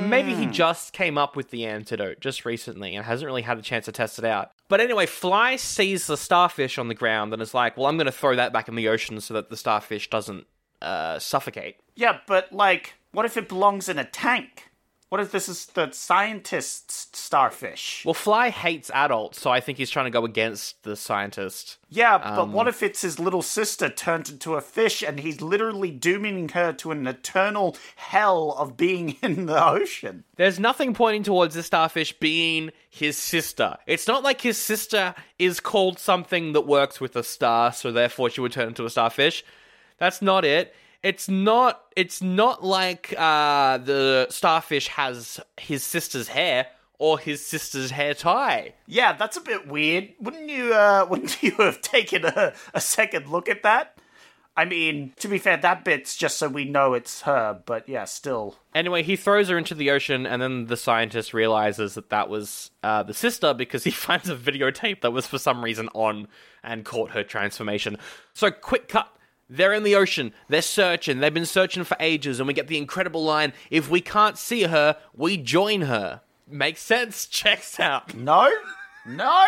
Maybe he just came up with the antidote just recently and hasn't really had a chance to test it out. But anyway, Fly sees the starfish on the ground and is like, well, I'm going to throw that back in the ocean so that the starfish doesn't uh, suffocate. yeah, but like, what if it belongs in a tank? What if this is the scientist's starfish? Well, Fly hates adults, so I think he's trying to go against the scientist. yeah, but Um. what if it's his little sister turned into a fish and he's literally dooming her to an eternal hell of being in the ocean? There's nothing pointing towards the starfish being his sister. It's not like his sister is called something that works with a star, so therefore she would turn into a starfish. That's not it. It's not. It's not like uh, the starfish has his sister's hair or his sister's hair tie. Yeah, that's a bit weird. Wouldn't you? Uh, wouldn't you have taken a, a second look at that? I mean, to be fair, that bit's just so we know it's her. But yeah, still. Anyway, he throws her into the ocean, and then the scientist realizes that that was uh, the sister because he finds a videotape that was for some reason on and caught her transformation. So, quick cut. They're in the ocean. They're searching. They've been searching for ages, and we get the incredible line if we can't see her, we join her. Makes sense. Checks out. No, no,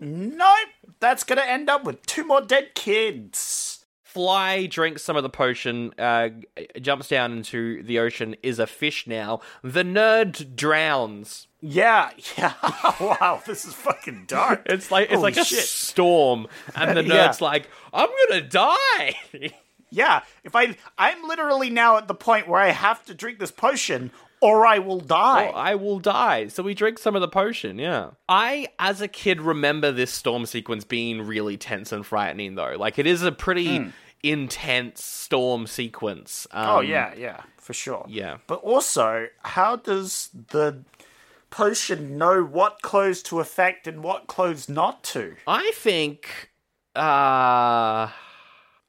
no. That's gonna end up with two more dead kids. Fly drinks some of the potion, uh, g- jumps down into the ocean, is a fish now. The nerd drowns. Yeah, yeah. wow, this is fucking dark. It's like it's Holy like a shit. storm, and the Yeah. nerd's like, "I'm gonna die." Yeah, if I, I'm literally now at the point where I have to drink this potion or I will die. Oh, I will die. So we drink some of the potion. Yeah, I, as a kid, remember this storm sequence being really tense and frightening, though. Like it is a pretty intense storm sequence. Um, Oh yeah, yeah, for sure. yeah. But also, how does the potion know what clothes to affect and what clothes not to? I think, uh,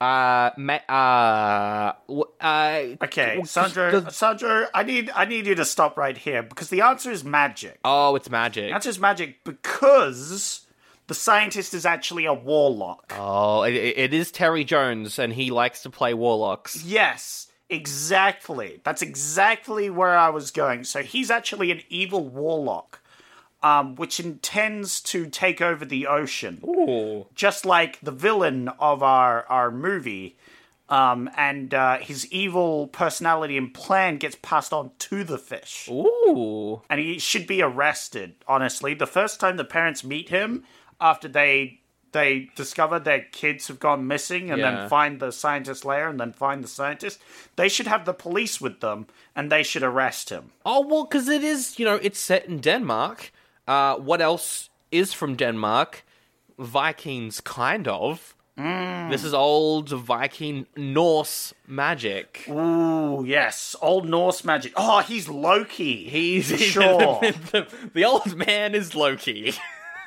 uh, ma- uh, w- uh, Okay, w- Sandro, the- Sandro, I need I need you to stop right here because the answer is magic. oh, it's magic. The answer is magic because the scientist is actually a warlock. Oh, it, it it is Terry Jones, and he likes to play warlocks. Yes, exactly. That's exactly where I was going. So he's actually an evil warlock, um, which intends to take over the ocean. Just like the villain of our, our movie. Um, and uh, his evil personality and plan gets passed on to the fish. Ooh. And he should be arrested, honestly. The first time the parents meet him after they. They discover their kids have gone missing and Yeah. then find the scientist lair and then find the scientist. They should have the police with them and they should arrest him. Oh, well, because it is, you know, it's set in Denmark. Uh, what else is from Denmark? Vikings, kind of. Mm. This is old Viking Norse magic. Ooh, yes. Old Norse magic. Oh, he's Loki. He's Sure. the, the old man is Loki.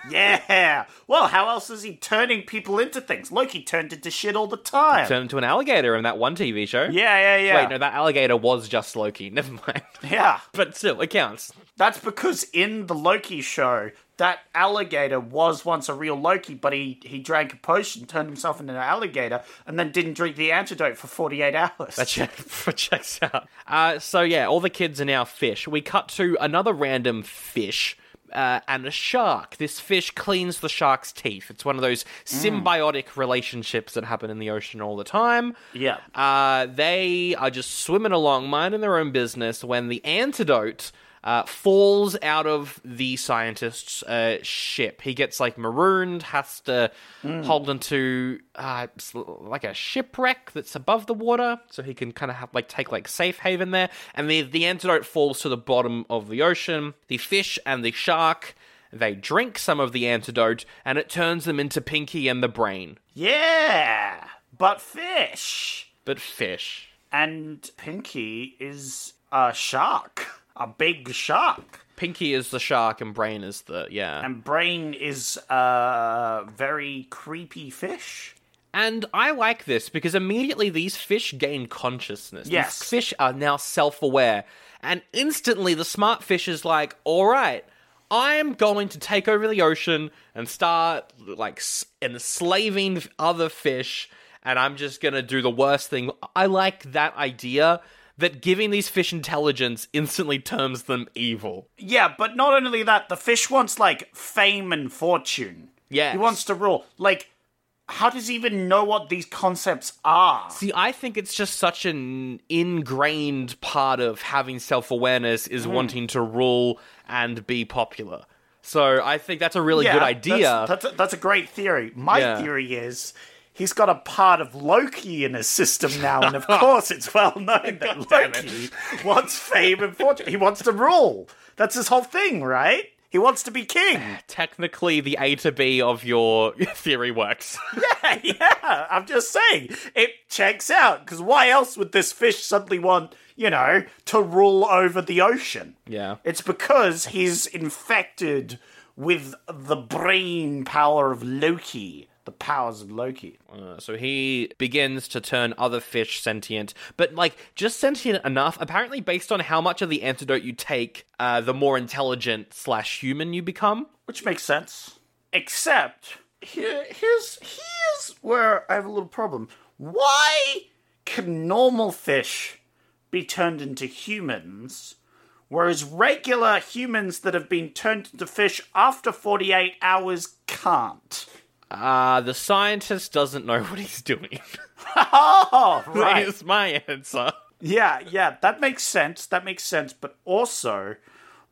Yeah. Well, how else is he turning people into things? Loki turned into shit all the time. Turned into an alligator in that one TV show. yeah, yeah, yeah. Wait, no, that alligator was just Loki. Never mind. Yeah. But still, it counts. That's because in the Loki show, that alligator was once a real Loki, but he, he drank a potion, turned himself into an alligator, and then didn't drink the antidote for 48 hours. That check for checks out. Uh, so yeah, all the kids are now fish. We cut to another random fish. Uh, and a shark. This fish cleans the shark's teeth. It's one of those symbiotic relationships that happen in the ocean all the time. Yeah. Uh, they are just swimming along, minding their own business, when the antidote uh, falls out of the scientist's uh, ship. He gets like marooned, has to hold onto uh, s- like a shipwreck that's above the water, so he can kind of have like take like safe haven there. And the the antidote falls to the bottom of the ocean. The fish and the shark. They drink some of the antidote and it turns them into Pinky and the Brain. Yeah. But fish. But fish. And Pinky is a shark. a big shark. Pinky is the shark and Brain is the yeah. And Brain is a very creepy fish. And I like this because immediately these fish gain consciousness. Yes. These fish are now self aware. And instantly the smart fish is like, all right, I'm going to take over the ocean and start like s- enslaving other fish. And I'm just going to do the worst thing. I like that idea that giving these fish intelligence instantly turns them evil. Yeah, but not only that, the fish wants like fame and fortune. Yes. He wants to rule. Like, how does he even know what these concepts are? See, I think it's just such an ingrained part of having self awareness is Mm-hmm. wanting to rule and be popular. So I think that's a really Yeah, good that's- idea. That's, a, that's a great theory. My Yeah. theory is he's got a part of Loki in his system now, and of course it's well known that Loki wants fame and fortune. He wants to rule. That's his whole thing, right? He wants to be king. Technically, the A to B of your theory works. yeah, I'm just saying it checks out because why else would this fish suddenly want, you know, to rule over the ocean? Yeah. It's because he's infected with the brain power of Loki, the powers of Loki. Uh, so he begins to turn other fish sentient, but like just sentient enough. Apparently, based on how much of the antidote you take, uh, the more intelligent slash human you become. Which makes sense. Except here, here's here's where I have a little problem. Why can normal fish be turned into humans, whereas regular humans that have been turned into fish after 48 hours can't? Uh, the scientist doesn't know what he's doing. Oh, right. Is my answer. yeah, yeah, that makes sense. That makes sense. But also,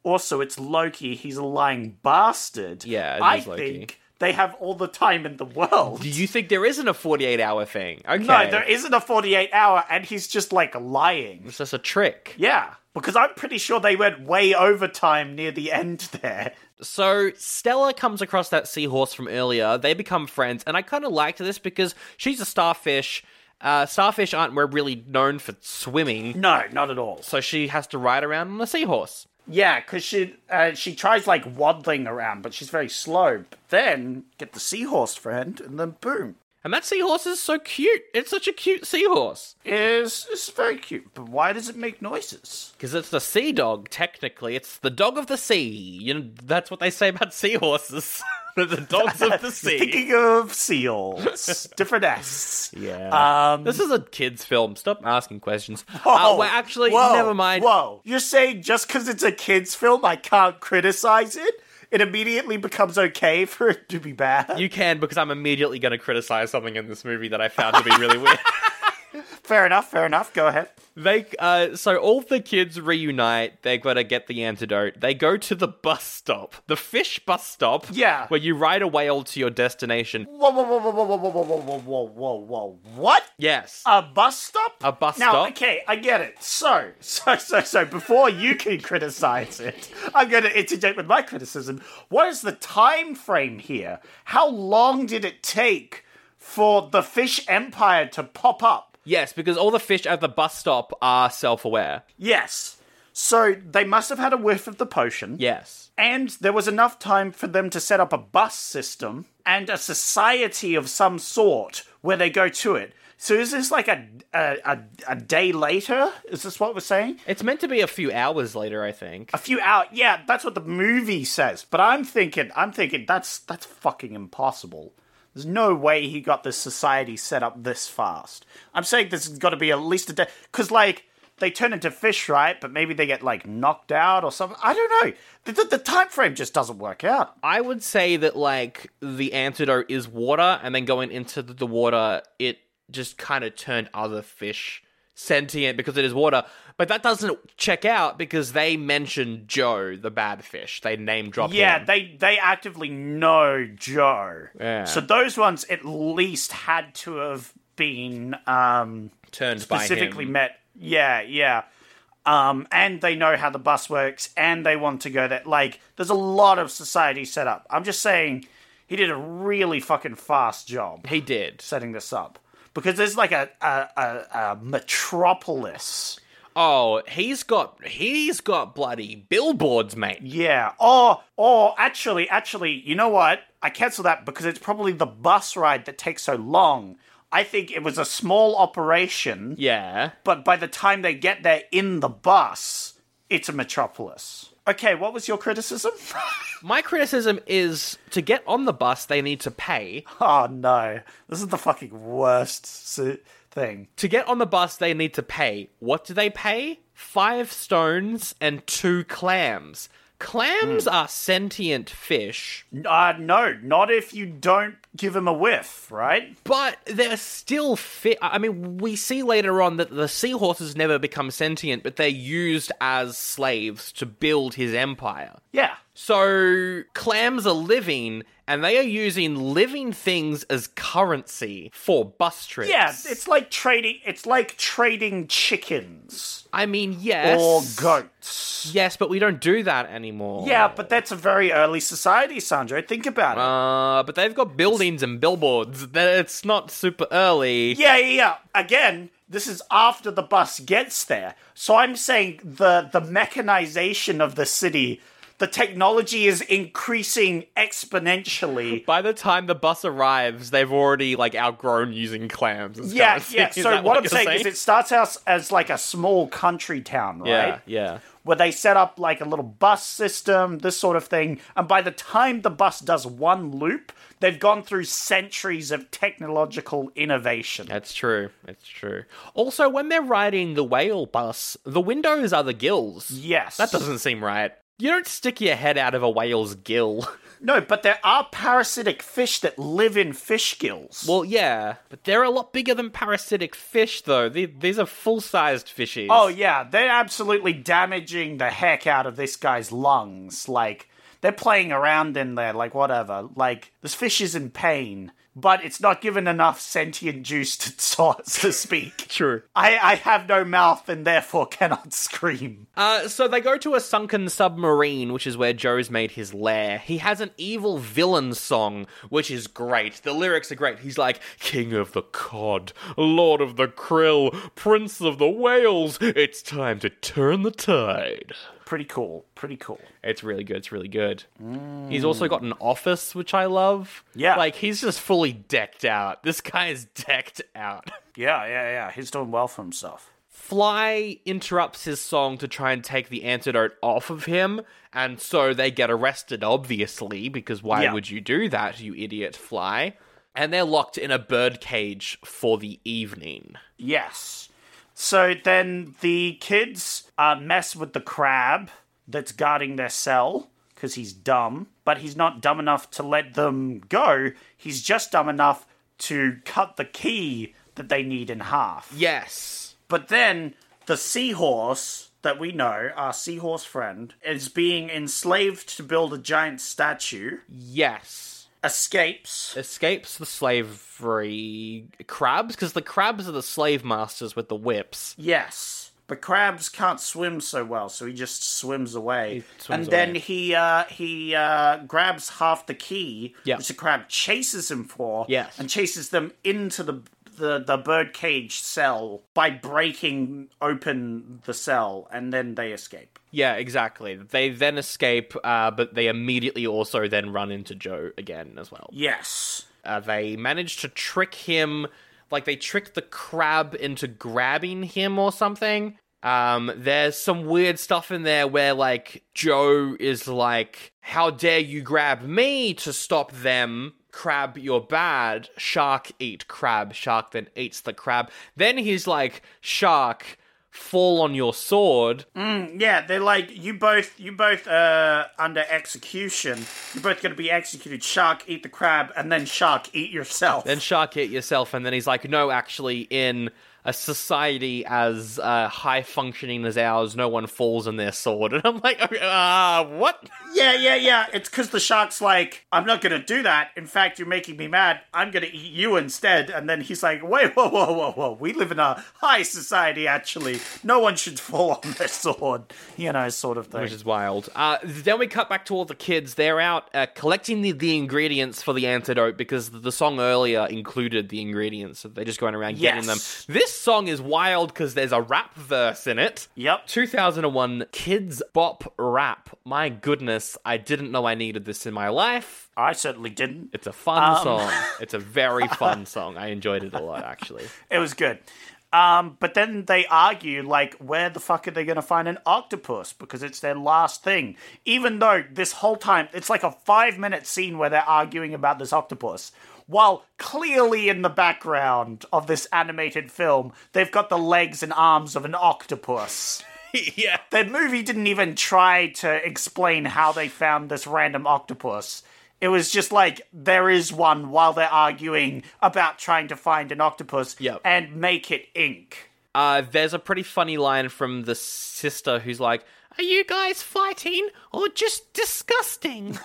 also, it's Loki. He's a lying bastard. Yeah, it I is Loki. think they have all the time in the world. Do you think there isn't a 48 hour thing? Okay. No, there isn't a 48 hour, and he's just like lying. It's just a trick. Yeah, because I'm pretty sure they went way overtime near the end there. So Stella comes across that seahorse from earlier. They become friends, and I kind of liked this because she's a starfish. Uh, starfish aren't we're really known for swimming, No, not at all. so she has to ride around on a seahorse. Yeah, because she uh, she tries like waddling around, but she's very slow. But then get the seahorse friend, and then boom, And that seahorse is so cute. It's such a cute seahorse is is very cute. But why does it make noises? because it's the sea dog. Technically, it's the dog of the sea. You know that's what they say about seahorses. They're the dogs of the sea. Thinking of seals, different S. Yeah. Um, This is a kids' film. Stop asking questions. Oh, uh, well, actually, whoa, never mind. Whoa, you're saying just because it's a kids' film, I can't criticize it? It immediately becomes okay for it to be bad. You can because I'm immediately going to criticize something in this movie that I found to be really weird. fair enough. Fair enough. Go ahead. They uh, so all the kids reunite. They've got to get the antidote. They go to the bus stop, the fish bus stop. Yeah. where you ride a whale to your destination. Whoa, whoa, whoa, whoa, whoa, whoa, whoa, whoa, whoa, whoa, whoa, whoa. What? Yes, A bus stop? A bus now, stop. okay, I get it. So, so, so, so, before you can criticize it, I'm going to interject with my criticism. What is the time frame here? How long did it take for the fish empire to pop up? yes, because all the fish at the bus stop are self-aware. Yes. So they must have had a whiff of the potion. Yes, And there was enough time for them to set up a bus system and a society of some sort where they go to it. So is this like a a, a, a day later? Is this what we're saying? it's meant to be a few hours later, I think. A few hours. Yeah, that's what the movie says. But I'm thinking, I'm thinking that's that's fucking impossible. There's no way he got this society set up this fast. I'm saying this has got to be at least a day, because like they turn into fish, right? But maybe they get like knocked out or something. I don't know. The, the, the time frame just doesn't work out. I would say that like the antidote is water, and then going into the the water, it just kind of turned other fish sentient because it is water. But that doesn't check out because they mentioned Joe, the bad fish. They name drop Yeah, him. they they actively know Joe. Yeah. So those ones at least had to have been um turned specifically by him. met. Yeah, yeah. Um, and they know how the bus works, and they want to go there. Like, there's a lot of society set up. I'm just saying, he did a really fucking fast job he did. setting this up because there's like a a, a, a metropolis Oh, he's got he's got bloody billboards, mate. Yeah. Or or actually, actually, you know what? I cancel that because it's probably the bus ride that takes so long. I think it was a small operation, Yeah. but by the time they get there in the bus, it's a metropolis. Okay, what was your criticism? My criticism is to get on the bus, they need to pay. oh no. This is the fucking worst si- thing. To get on the bus, they need to pay. What do they pay? Five stones and two clams. Clams Hmm. are sentient fish, Uh no, not if you don't give him a whiff, right? but they're still fit. I mean, we see later on that the seahorses never become sentient, but they're used as slaves to build his empire. Yeah. So clams are living, and they are using living things as currency for bus trips. Yeah, it's like trading it's like trading chickens. I mean, yes. or goats. Yes, but we don't do that anymore. Yeah, but that's a very early society, Sandro. Think about it. Uh, but they've got buildings and billboards. That it's not super early. yeah, yeah, yeah. Again, this is after the bus gets there. So I'm saying the the mechanization of the city, the technology is increasing exponentially. By the time the bus arrives, they've already like outgrown using clams. as yeah, currency. yeah. Is So that what, I'm you're saying, is it starts out as like a small country town, right? yeah, yeah. where they set up like a little bus system, this sort of thing. And by the time the bus does one loop, they've gone through centuries of technological innovation. That's true. That's true. Also, when they're riding the whale bus, the windows are the gills. Yes. That doesn't seem right. You don't stick your head out of a whale's gill. No, but there are parasitic fish that live in fish gills. Well, yeah, but they're a lot bigger than parasitic fish, though. The- These are full-sized fishies. oh yeah, they're absolutely damaging the heck out of this guy's lungs. Like they're playing around in there, like whatever. Like this fish is in pain, but it's not given enough sentient juice to, to speak. true. I, I have no mouth and therefore cannot scream. Uh, so they go to a sunken submarine, which is where Joe's made his lair. He has an evil villain song, which is great. The lyrics are great. He's like, King of the cod, Lord of the krill, Prince of the whales, it's time to turn the tide. Pretty cool. Pretty cool. It's really good. It's really good. He's also got an office, which I love. Yeah. Like, he's just fully decked out. This guy is decked out. Yeah, yeah, yeah. He's doing well for himself. Fly interrupts his song to try and take the antidote off of him, and so they get arrested, obviously, because why Yeah. would you do that, you idiot fly? And they're locked in a birdcage for the evening. Yes. So then the kids uh, mess with the crab that's guarding their cell because he's dumb, but he's not dumb enough to let them go. He's just dumb enough to cut the key that they need in half. Yes. But then the seahorse that we know, our seahorse friend, is being enslaved to build a giant statue, Yes. escapes. Escapes the slavery crabs, because the crabs are the slave masters with the whips. Yes. But crabs can't swim so well, so he just swims away. He swims and then away. he uh, he uh, grabs half the key, Yeah. which the crab chases him for, Yes. and chases them into the the, the birdcage cell by breaking open the cell, and then they escape. Yeah, exactly. They then escape, uh, but they immediately also then run into Joe again as well. Yes. Uh, they manage to trick him, like they trick the crab into grabbing him or something. Um, there's some weird stuff in there where like Joe is like, "How dare you grab me to stop them?" Crab, you're bad. Shark, eat crab. Shark then eats the crab. Then he's like, "Shark, fall on your sword." Yeah, they're like you both. You both uh under execution. You're both going to be executed. Shark eat the crab, and then shark eat yourself. Then shark it yourself, and then he's like, no, actually, in a society as uh, high functioning as ours, no one falls on their sword. And I'm like, okay, ah, what? yeah, yeah, yeah. It's because the shark's like, I'm not going to do that. In fact, you're making me mad. I'm going to eat you instead. And then he's like, Wait, whoa, whoa, whoa, whoa. We live in a high society. Actually, no one should fall on their sword. You know, sort of thing. Which is wild. Uh, then we cut back to all the kids. They're out uh, collecting the, the ingredients for the antidote because the, the song earlier included the ingredients. So they're just going around getting them. Yes. This song is wild because there's a rap verse in it. Yep. 2001 Kids Bop Rap. My goodness, I didn't know I needed this in my life. I certainly didn't. It's a fun Um. song. It's a very fun song. I enjoyed it a lot, actually. It was good. Um, but then they argue, like, where the fuck are they going to find an octopus? Because it's their last thing. Even though this whole time, it's like a five minute scene where they're arguing about this octopus. While clearly in the background of this animated film, they've got the legs and arms of an octopus. yeah. The movie didn't even try to explain how they found this random octopus. It was just like there is one while they're arguing about trying to find an octopus Yep. and make it ink. Uh, there's a pretty funny line from the sister who's like, Are you guys fighting or just disgusting?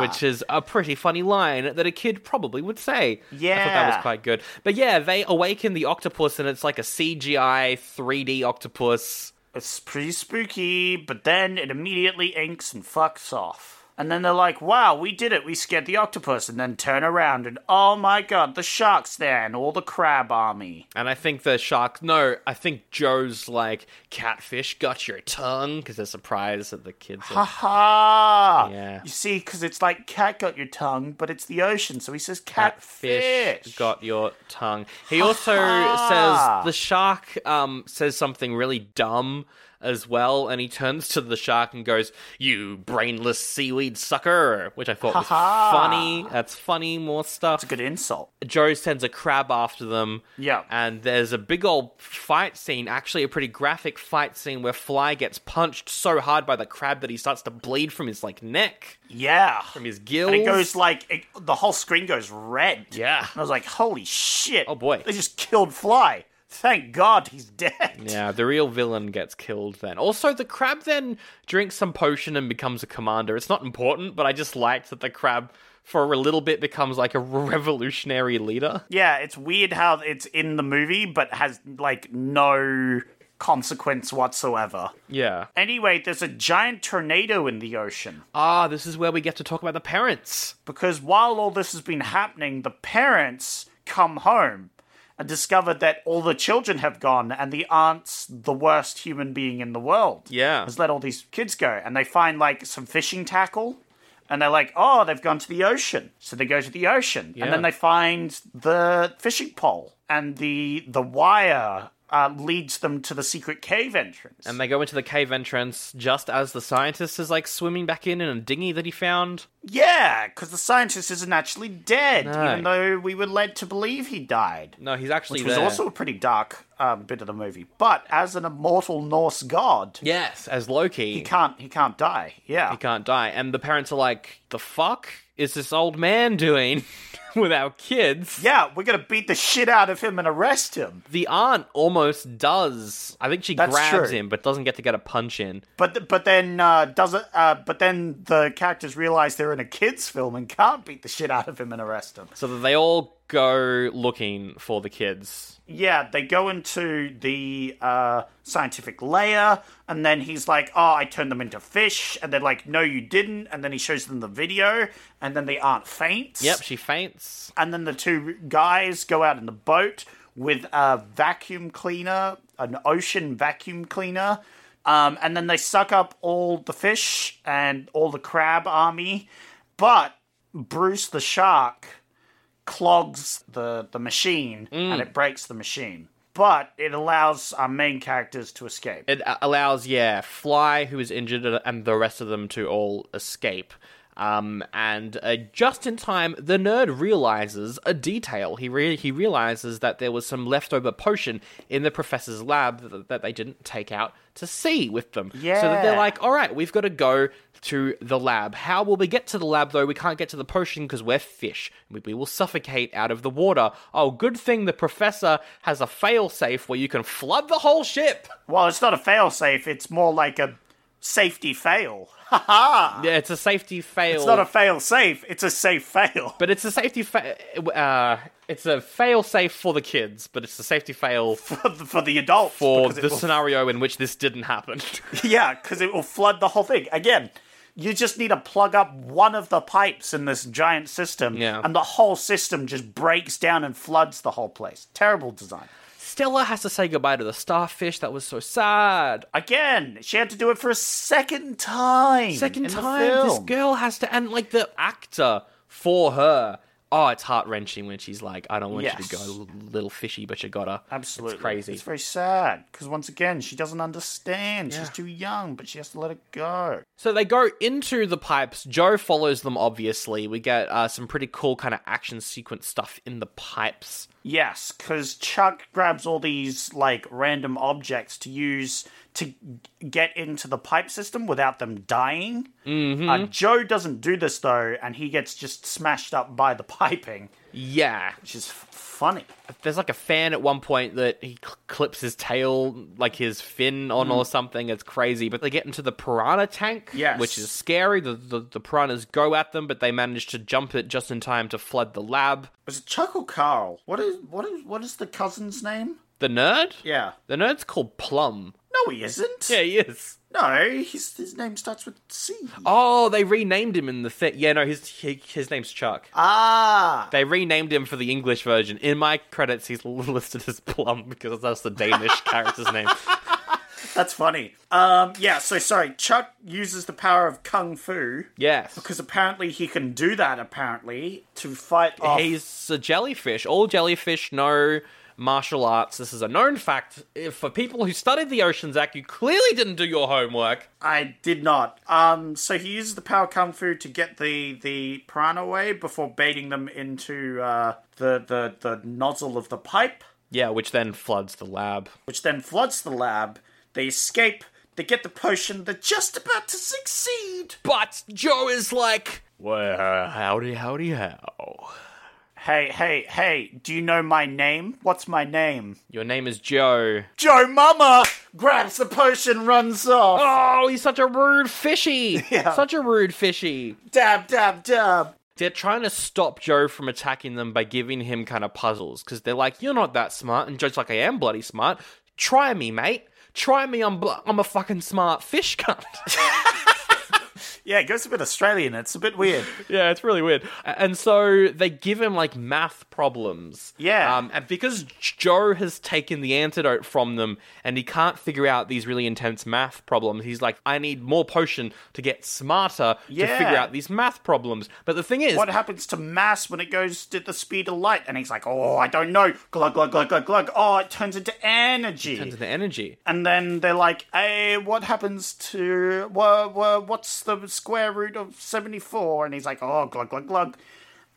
Which is a pretty funny line that a kid probably would say. I thought that was Yeah. quite good. But yeah, they awaken the octopus and it's like a CGI 3D octopus. It's pretty spooky, but then it immediately inks and fucks off. And then they're like, wow, we did it. We scared the octopus. And then turn around and oh my god, the shark's there and all the crab army. And I think the shark, no, I think Joe's like, Catfish got your tongue because they're surprised that the kids are. Ha! Yeah. You see, because it's like cat got your tongue, but it's the ocean, so he says catfish. catfish got your tongue. He also says the shark um, says something really dumb as well, and he turns to the shark and goes, "You brainless seaweed sucker," which I thought was funny. That's funny. More stuff. Good insult. Joe sends a crab after them. Yeah. And there's a big old fight scene, actually a pretty graphic fight scene where Fly gets punched so hard by the crab that he starts to bleed from his like neck, Yeah. from his gills. And it goes like it, the whole screen goes red. Yeah. And I was like, holy shit. Oh, boy. They just killed Fly. Thank God he's dead. Yeah, the real villain gets killed then. Also, the crab then drinks some potion and becomes a commander. It's not important, but I just liked that the crab, for a little bit, becomes like a revolutionary leader. Yeah, it's weird how it's in the movie but has like no consequence whatsoever. Yeah. Anyway, there's a giant tornado in the ocean. Ah, this is where we get to talk about the parents. because while all this has been happening, the parents come home and discover that all the children have gone and the aunt's the worst human being in the world. Yeah. Has let all these kids go. And they find like some fishing tackle and they're like, oh, they've gone to the ocean. So they go to the ocean. Yeah. And then they find the fishing pole and the the wire uh, leads them to the secret cave entrance. And they go into the cave entrance just as the scientist is like swimming back in in a dinghy that he found. Yeah, because the scientist isn't actually dead, No. even though we were led to believe he died. No, he's actually Which was there. also a pretty dark um, bit of the movie. But as an immortal Norse god, yes, as Loki. he can't he can't die. Yeah, he can't die. And the parents are like, the fuck is this old man doing with our kids? yeah, we're gonna beat the shit out of him and arrest him. The aunt almost does. I think she That's grabs true. him, but doesn't get to get a punch in. But th- but then uh, doesn't uh, but then the characters realize they're in a kids film and can't beat the shit out of him and arrest him. So that they all go looking for the kids. Yeah, they go into the uh, scientific layer, and then he's like, "Oh, I turned them into fish," and they're like, "No, you didn't." And then he shows them the video, and then the aunt faints. Yep, she faints. And then the two guys go out in the boat with a vacuum cleaner, an ocean vacuum cleaner. Um, and then they suck up all the fish and all the crab army. But Bruce the shark clogs the, the machine Mm. and it breaks the machine. But it allows our main characters to escape. It a- allows, yeah, Fly, who is injured, uh, and the rest of them to all escape. Um, and uh, just in time, the nerd realizes a detail. He re- he realizes that there was some leftover potion in the professor's lab that, that they didn't take out to sea with them. So that they're Yeah. like, all right, we've got to go to the lab. How will we get to the lab though? We can't get to the potion because we're fish. We, we will suffocate out of the water. Oh, good thing the professor has a failsafe where you can flood the whole ship. well, it's not a fail safe, it's more like a safety fail. Yeah, it's a safety fail. It's not a fail safe, it's a safe fail. but it's a safety fa- uh it's a fail safe for the kids, but it's a safety fail for the, for the adults for because it the will- scenario in which this didn't happen. yeah because it will flood the whole thing again you just need to plug up one of the pipes in this giant system Yeah. and the whole system just breaks down and floods the whole place terrible design Stella has to say goodbye to the starfish. That was so sad. Again, she had to do it for a second time. Second in the time, this film. girl has to, and like the actor for her. Oh, it's heart wrenching when she's like, "I don't want you to Yes. go, l- little fishy," but you gotta. Absolutely. it's crazy. It's very sad because once again, she doesn't understand. She's too young, but she has to let it go. So they go into the pipes. Joe follows them, obviously. We get uh, some pretty cool kind of action sequence stuff in the pipes. Yes, because Chuck grabs all these like random objects to use to g- get into the pipe system without them dying. Mm-hmm. Uh, Joe doesn't do this though, and he gets just smashed up by the piping, Yeah. which is f- funny. There's like a fan at one point that he cl- clips his tail, like his fin on or something. It's crazy. But they get into the piranha tank, Yes. which is scary. The, the, the piranhas go at them, but they manage to jump it just in time to flood the lab. Was it Chuck or Carl? What is what is what is the cousin's name? The nerd? Yeah. The nerd's called Plum. No, he isn't. Yeah, he is. No, his his name starts with C. Oh, they renamed him in the thing. Yeah, no, his, he, his name's Chuck. Ah. They renamed him for the English version. In my credits, he's l- listed as Plum because that's the Danish character's name. That's funny. Um, yeah, so sorry. Chuck uses the power of kung fu Yes. because apparently he can do that. Apparently to fight off. He's a jellyfish. All jellyfish know martial arts. This is a known fact. If- For people who studied the Ocean Act, you clearly didn't do your homework. I did not. Um, so he uses the power of kung fu to get the the piranha away before baiting them into uh, the the the nozzle of the pipe, Yeah, which then floods the lab. which then floods the lab. They escape. They get the potion. They're just about to succeed. But Joe is like, well, Uh, howdy, howdy, how. Hey, hey, hey! Do you know my name? What's my name? Your name is Joe. Joe Mama grabs the potion, runs off. Oh, he's such a rude fishy. Such a rude fishy. Dab, dab, dab. they're trying to stop Joe from attacking them by giving him kind of puzzles because they're like, "You're not that smart," and Joe's like, "I am bloody smart. Try me, mate. Try me. I'm bl- I'm a fucking smart fish cunt." Yeah, it goes a bit Australian. It's a bit weird. yeah, it's really weird. A- And so they give him like math problems. Yeah. Um, and because Joe has taken the antidote from them and he can't figure out these really intense math problems, he's like, "I need more potion to get smarter to Yeah. figure out these math problems." But the thing is, what happens to mass when it goes to the speed of light? And he's like, oh, I don't know. Glug, glug, glug, glug, glug. Oh, it turns into energy. turns into energy. and then they're like, hey, what happens to. Wha, wha, what's the square root of 74? And he's like, oh, glug, glug, glug.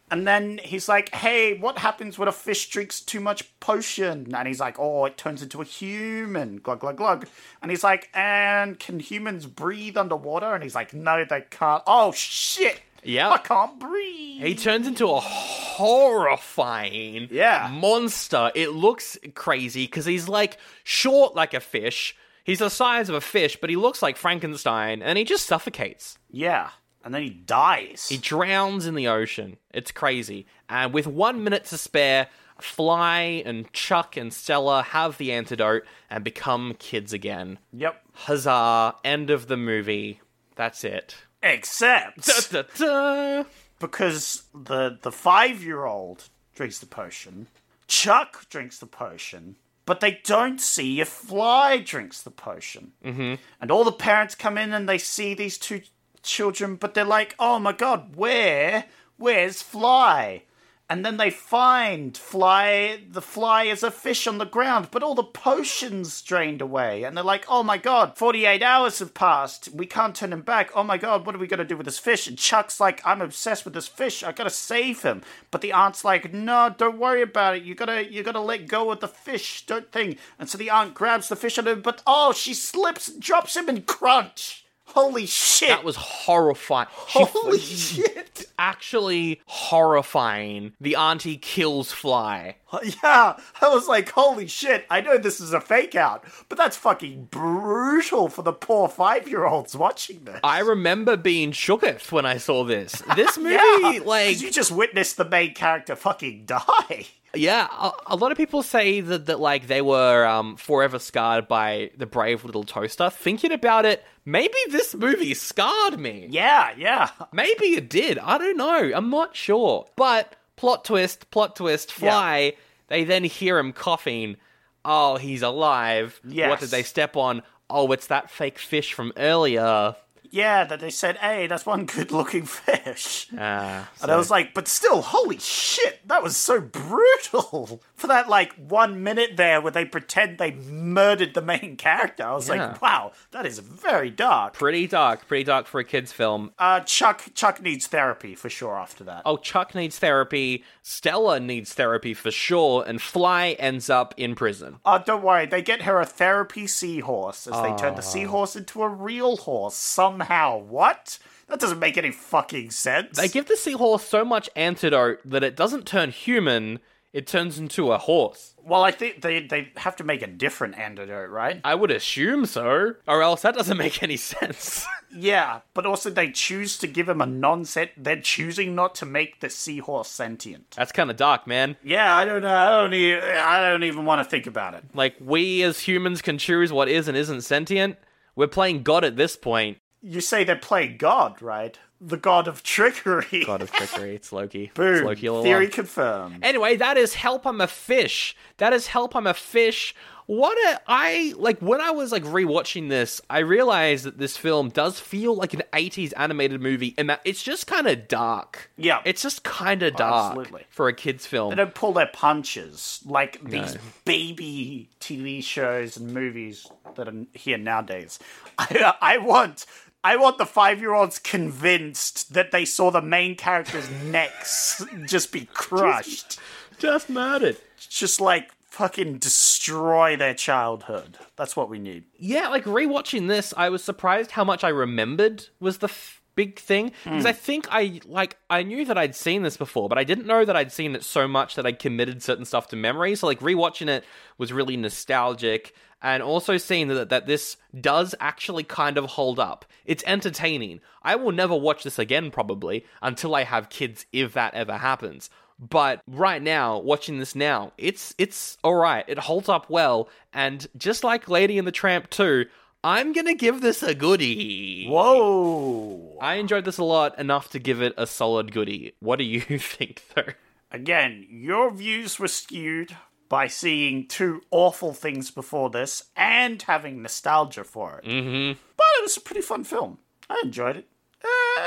And then he's like, hey, what happens when a fish drinks too much potion? And he's like, oh, it turns into a human. Glug, glug, glug. And he's like, and can humans breathe underwater? And he's like, no, they can't. Oh, shit. Yeah. I can't breathe. He turns into a horrifying Yeah. monster. It looks crazy because he's like short like a fish. He's the size of a fish, but he looks like Frankenstein and he just suffocates. yeah. And then he dies. He drowns in the ocean. It's crazy. And with one minute to spare, Fly and Chuck and Stella have the antidote and become kids again. yep. Huzzah. End of the movie. That's it. Except Da, da, da. because the the five year old drinks the potion, Chuck drinks the potion, but they don't see if Fly drinks the potion. Mm-hmm. And all the parents come in and they see these two children, but they're like, "Oh my god, where? Where's Fly?" And then they find Fly. The Fly is a fish on the ground, but all the potions drained away. And they're like, "Oh my god, 48 hours have passed. We can't turn him back. Oh my god, what are we gonna do with this fish?" And Chuck's like, "I'm obsessed with this fish. I gotta save him." But the aunt's like, "No, don't worry about it. You gotta, you gotta let go of the fish. Don't think." And so the aunt grabs the fish on him, but oh, she slips, drops him, and crunch. Holy shit! That was horrifying. She- holy shit. actually horrifying. The auntie kills Fly. Yeah, I was like, holy shit, I know this is a fake out, but that's fucking brutal for the poor five year olds watching this. I remember being shooketh when I saw this. This movie, yeah, 'cause like, you just witnessed the main character fucking die. yeah, a, a lot of people say that, that like they were um, forever scarred by the brave little toaster. Thinking about it, maybe this movie scarred me. Yeah, yeah. Maybe it did. I don't know. I'm not sure. But plot twist, plot twist, fly. They then hear him coughing. oh, he's alive. What Yes. did they step on? Oh, it's that fake fish from earlier. Yeah, that they said, hey, that's one good looking fish. Uh, And I was like, but still, holy shit, that was so brutal. For that, like, one minute there where they pretend they murdered the main character, I was Yeah. like, wow, that is very dark. pretty dark, pretty dark for a kids' film. Uh, Chuck Chuck needs therapy for sure after that. Oh, Chuck needs therapy. Stella needs therapy for sure, and Fly ends up in prison. Uh, don't worry, they get her a therapy seahorse as they turn the Ah. seahorse into a real horse somehow. What? That doesn't make any fucking sense. They give the seahorse so much antidote that it doesn't turn human; it turns into a horse. well, I think they, they have to make a different antidote, right? I would assume so, or else that doesn't make any sense. Yeah, but also they choose to give him a non set. They're choosing not to make the seahorse sentient. That's kind of dark, man. Yeah, I don't know. I don't, e- I don't even want to think about it. Like we as humans can choose what is and isn't sentient. We're playing God at this point. You say they're playing God, right? The God of trickery. God of trickery. It's Loki. It's Boom. Loki all Theory along. confirmed. Anyway, that is help. I'm a fish. That is help. I'm a fish. What a I like when I was like rewatching this, I realized that this film does feel like an 80s animated movie, and that it's just kind of dark. Yeah. it's just kind of dark absolutely. for a kids film. They don't pull their punches like these baby TV shows and movies that are here nowadays. I, I want. I want the five-year-olds convinced that they saw the main character's necks just be crushed. Just murdered. just like fucking destroy their childhood. That's what we need. yeah, like rewatching this, I was surprised how much I remembered was the f- big thing because I think I like I knew that I'd seen this before, but I didn't know that I'd seen it so much that I committed certain stuff to memory. So like rewatching it was really nostalgic, and also seeing that that this does actually kind of hold up. It's entertaining. I will never watch this again probably until I have kids, if that ever happens. But right now, watching this now, it's it's all right. It holds up well, and just like Lady and the Tramp 2, I'm gonna give this a goodie. Whoa! I enjoyed this a lot enough to give it a solid goodie. What do you think, though? Again, your views were skewed by seeing two awful things before this and having nostalgia for it. Mm-hmm. But it was a pretty fun film. I enjoyed it. Uh,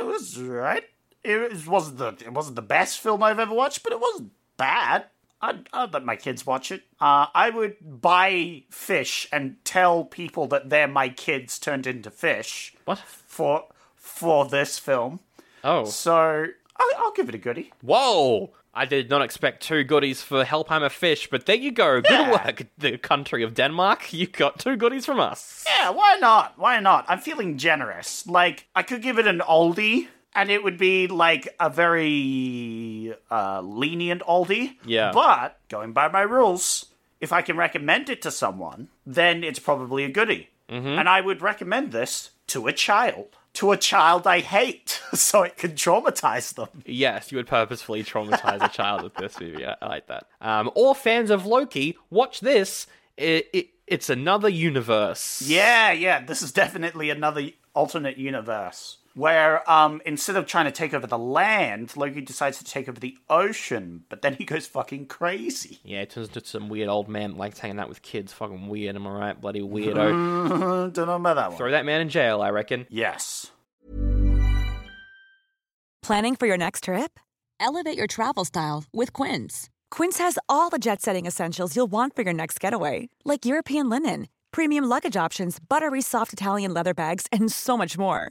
it was right. It was- wasn't the it wasn't the best film I've ever watched, but it wasn't bad. I'd, I'd let my kids watch it. Uh, I would buy fish and tell people that they're my kids turned into fish What? for for this film. Oh, So I, I'll give it a goodie. whoa! I did not expect two goodies for Help I'm a Fish, but there you go. Good Yeah. work, the country of Denmark. You got two goodies from us. Yeah, why not? Why not? I'm feeling generous. Like, I could give it an oldie, and it would be like a very uh, lenient oldie. Yeah. But going by my rules, if I can recommend it to someone, then it's probably a goodie. And I would recommend this to a child. To a child I hate, so it can traumatize them. Yes, you would purposefully traumatize a child with this movie. I, I like that. Um, or fans of Loki, watch this. It, it, it's another universe. Yeah, yeah, this is definitely another alternate universe where um, instead of trying to take over the land, Loki decides to take over the ocean, but then he goes fucking crazy. Yeah, it turns into some weird old man likes hanging out with kids. Fucking weird, am I right? Bloody weirdo. Don't know about that one. Throw that man in jail, I reckon. Yes. Planning for your next trip? Elevate your travel style with Quince. Quince has all the jet setting essentials you'll want for your next getaway, like European linen, premium luggage options, buttery soft Italian leather bags, and so much more.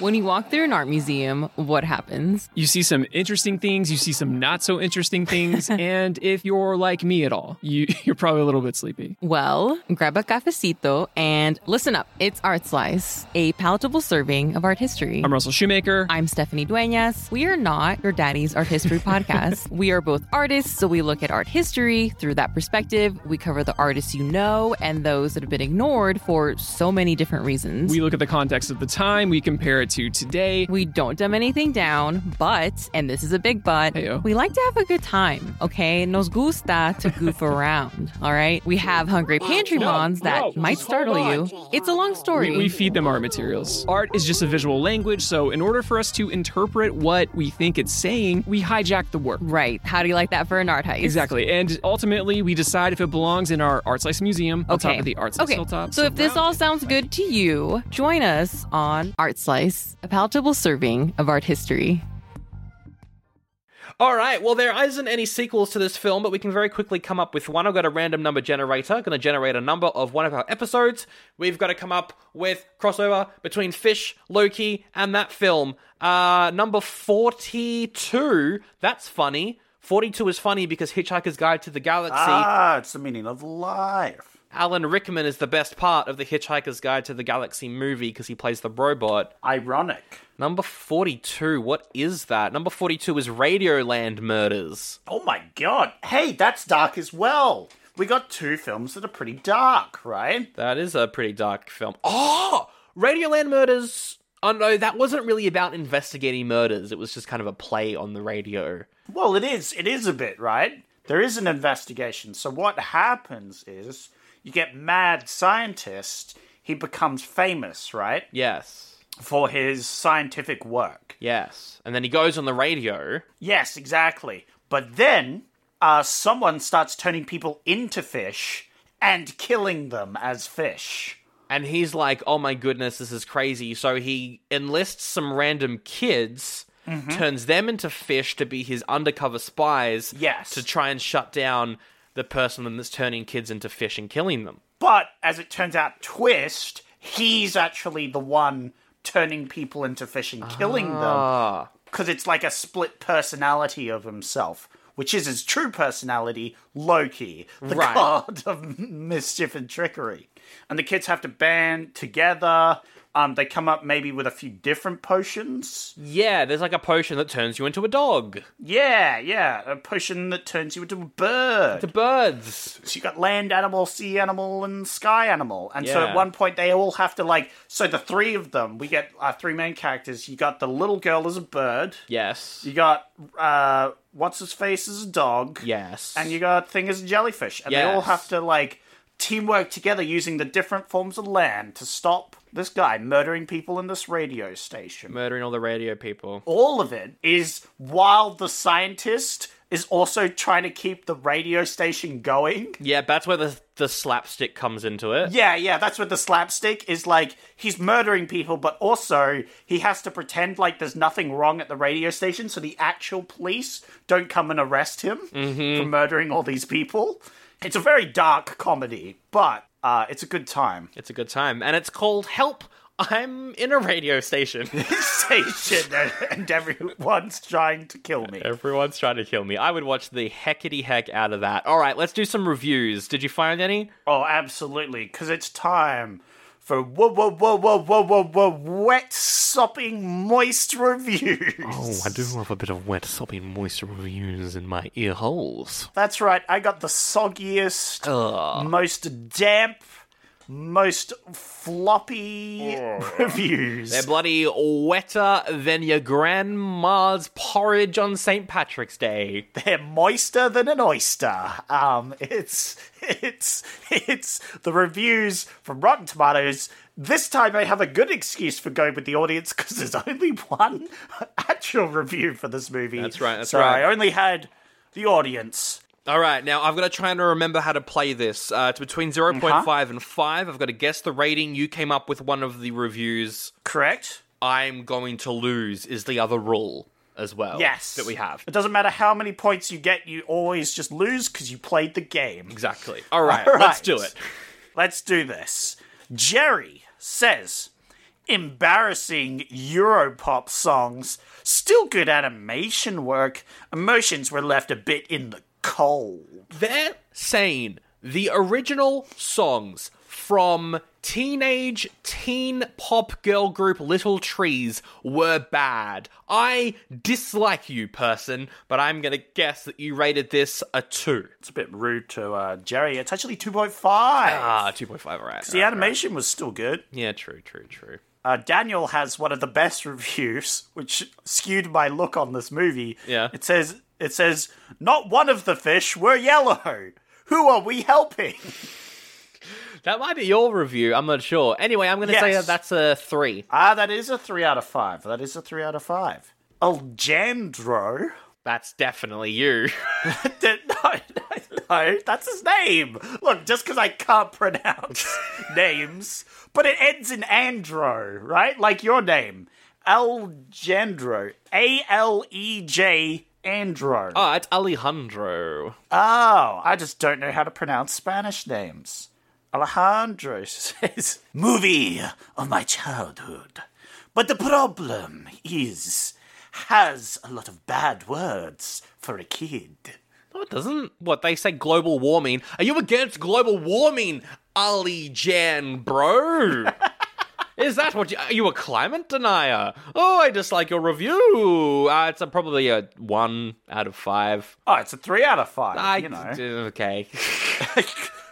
When you walk through an art museum, what happens? You see some interesting things, you see some not so interesting things, and if you're like me at all, you, you're probably a little bit sleepy. Well, grab a cafecito and listen up. It's Art Slice, a palatable serving of art history. I'm Russell Shoemaker. I'm Stephanie Duenas. We are not your daddy's art history podcast. We are both artists, so we look at art history through that perspective. We cover the artists you know and those that have been ignored for so many different reasons. we look at the context of the time, we compare it subscribe to today. We don't dumb anything down, but, and this is a big but, we like to have a good time, okay? Nos gusta to goof around, all right? We have hungry pantry mons that no, might just startle hold you. It's a long story. We, we feed them our materials. Art is just a visual language, so in order for us to interpret what we think it's saying, we hijack the work. Right. How do you like that for an art heist? Exactly. And ultimately, we decide if it belongs in our Art Slice Museum on top Okay. of the Art Slice Okay. Hilltop. So if this all sounds good to you, join us on Art Slice, a palatable serving of art history. All right. Well, there isn't any sequels to this film, but we can very quickly come up with one. I've got a random number generator. Going to generate a number of one of our episodes. We've got to come up with crossover between Fish, Loki, and that film. Uh, number forty-two. That's funny. Forty-two is funny because Hitchhiker's Guide to the Galaxy. Ah, it's the meaning of life. Alan Rickman is the best part of the Hitchhiker's Guide to the Galaxy movie because he plays the robot. Ironic. Number 42, what is that? Number 42 is Radioland Murders. Oh my god. Hey, that's dark as well. We got two films that are pretty dark, right? That is a pretty dark film. Oh! Radioland Murders. Oh no, that wasn't really about investigating murders. It was just kind of a play on the radio. Well, it is. It is a bit, right? There is an investigation. So what happens is you get mad scientist. He becomes famous, right? Yes. For his scientific work. Yes. And then he goes on the radio. Yes, exactly. But then uh, someone starts turning people into fish and killing them as fish. And he's like, oh my goodness, this is crazy. So he enlists some random kids, turns them into fish to be his undercover spies. Yes. To try and shut down the person that's turning kids into fish and killing them. But as it turns out, Twist, he's actually the one turning people into fish and killing them. Because it's like a split personality of himself, which is his true personality, Loki, the Right. god of mischief and trickery. And the kids have to band together. Um, they come up maybe with a few different potions. Yeah, there's like a potion that turns you into a dog. Yeah, yeah, a potion that turns you into a bird. The birds. So you got land animal, sea animal, and sky animal. And so Yeah. at one point they all have to like. So the three of them, we get our three main characters. You got the little girl as a bird. Yes. You got uh, what's his face as a dog. Yes. And you got thing as a jellyfish, and they all Yes. have to like teamwork together using the different forms of land to stop this guy murdering people in this radio station murdering all the radio people. all of it is while the scientist is also trying to keep the radio station going. Yeah, that's where the the slapstick comes into it. Yeah, yeah, that's what the slapstick is like. He's murdering people, but also he has to pretend like there's nothing wrong at the radio station so the actual police don't come and arrest him for murdering all these people. It's a very dark comedy, but uh, it's a good time. It's a good time. And it's called Help, I'm in a radio station. Station, and everyone's trying to kill me. Everyone's trying to kill me. I would watch the heckity heck out of that. All right, let's do some reviews. Did you find any? Oh, absolutely, because it's time for whoa, whoa, whoa, whoa, whoa, whoa, whoa, wet, sopping, moist reviews. love a bit of wet, sopping, moist reviews in my ear holes. That's right, I got the soggiest, most damp, most floppy reviews. They're bloody wetter than your grandma's porridge on St. Patrick's Day. They're moister than an oyster. Um, it's it's it's the reviews from Rotten Tomatoes. This time I have a good excuse for going with the audience because there's only one actual review for this movie. That's right, that's so right. I only had the audience. All right, now I've got to try and remember how to play this. Uh, it's between 0.5 and 5. I've got to guess the rating. You came up with one of the reviews. Correct? I'm going to lose is the other rule as well. Yes. That we have. It doesn't matter how many points you get, you always just lose because you played the game. Exactly. All right, All let's right. do it. Let's do this. Jerry says embarrassing Europop songs, still good animation work, emotions were left a bit in the cold. They're saying the original songs from teenage teen pop girl group Little Trees were bad. I dislike you, person, but I'm going to guess that you rated this a 2. It's a bit rude to uh, Jerry. It's actually 2.5. Ah, 2.5, all right. the animation was still good. Yeah, true, true, true. Uh, Daniel has one of the best reviews, which skewed my look on this movie. Yeah. It says it says not one of the fish were yellow. Who are we helping? That might be your review. I'm not sure. Anyway, I'm going to say Yes. that that's a three. Ah, that is a three out of five. That is a three out of five. Aljandro. That's definitely you. no, no, no, that's his name. Look, just because I can't pronounce names, but it ends in Andro, right? Like your name, Algendro, A L E J Andro. Oh, it's Alejandro. Oh, I just don't know how to pronounce Spanish names. Alejandro says, Movie of my childhood. But the problem is, has a lot of bad words for a kid. No, it doesn't. What, they say global warming. Are you against global warming, Ali Jan, bro? Is that what you... Are you a climate denier? Oh, I dislike your review. Uh, it's a, probably a one out of five. Oh, it's a three out of five, I, you know. Okay.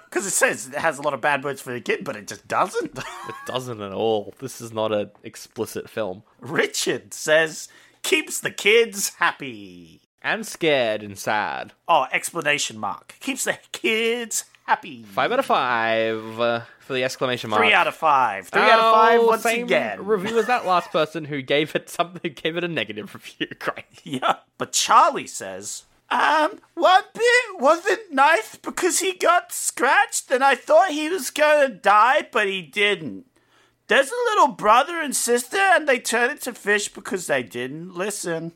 Because it says it has a lot of bad words for a kid, but it just doesn't. It doesn't at all. This is not an explicit film. Richard says, keeps the kids happy. And scared and sad. Oh, explanation mark. Keeps the kids happy. Five out of five uh, for the exclamation mark. Three out of five. Three out of five Oh, once same again. Review as that last person who gave it something, who gave it a negative review. Great. Yeah, but Charlie says, um, one bit wasn't nice because he got scratched and I thought he was gonna die, but he didn't. There's a little brother and sister and they turn into fish because they didn't listen.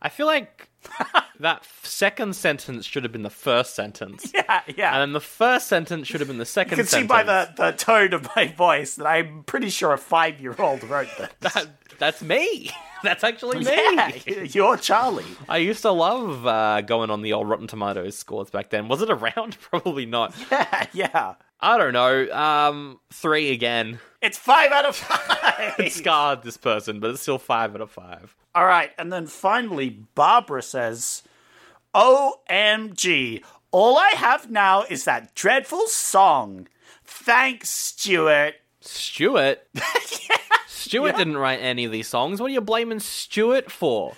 I feel like that f- second sentence should have been the first sentence, Yeah, yeah. and then the first sentence should have been the You second. can see sentence. by the, the tone of my voice that I'm pretty sure a five year old wrote that. That- that's me. That's actually me. yeah, you're Charlie. I used to love uh, going on the old Rotten Tomatoes scores back then. Was it around? Probably not. Yeah, yeah. I don't know. Um, three again. It's five out of five. It scarred this person, but it's still five out of five. All right, and then finally, Barbara says, OMG, all I have now is that dreadful song. Thanks, Stuart. Stuart. Stuart didn't write any of these songs. What are you blaming Stuart for?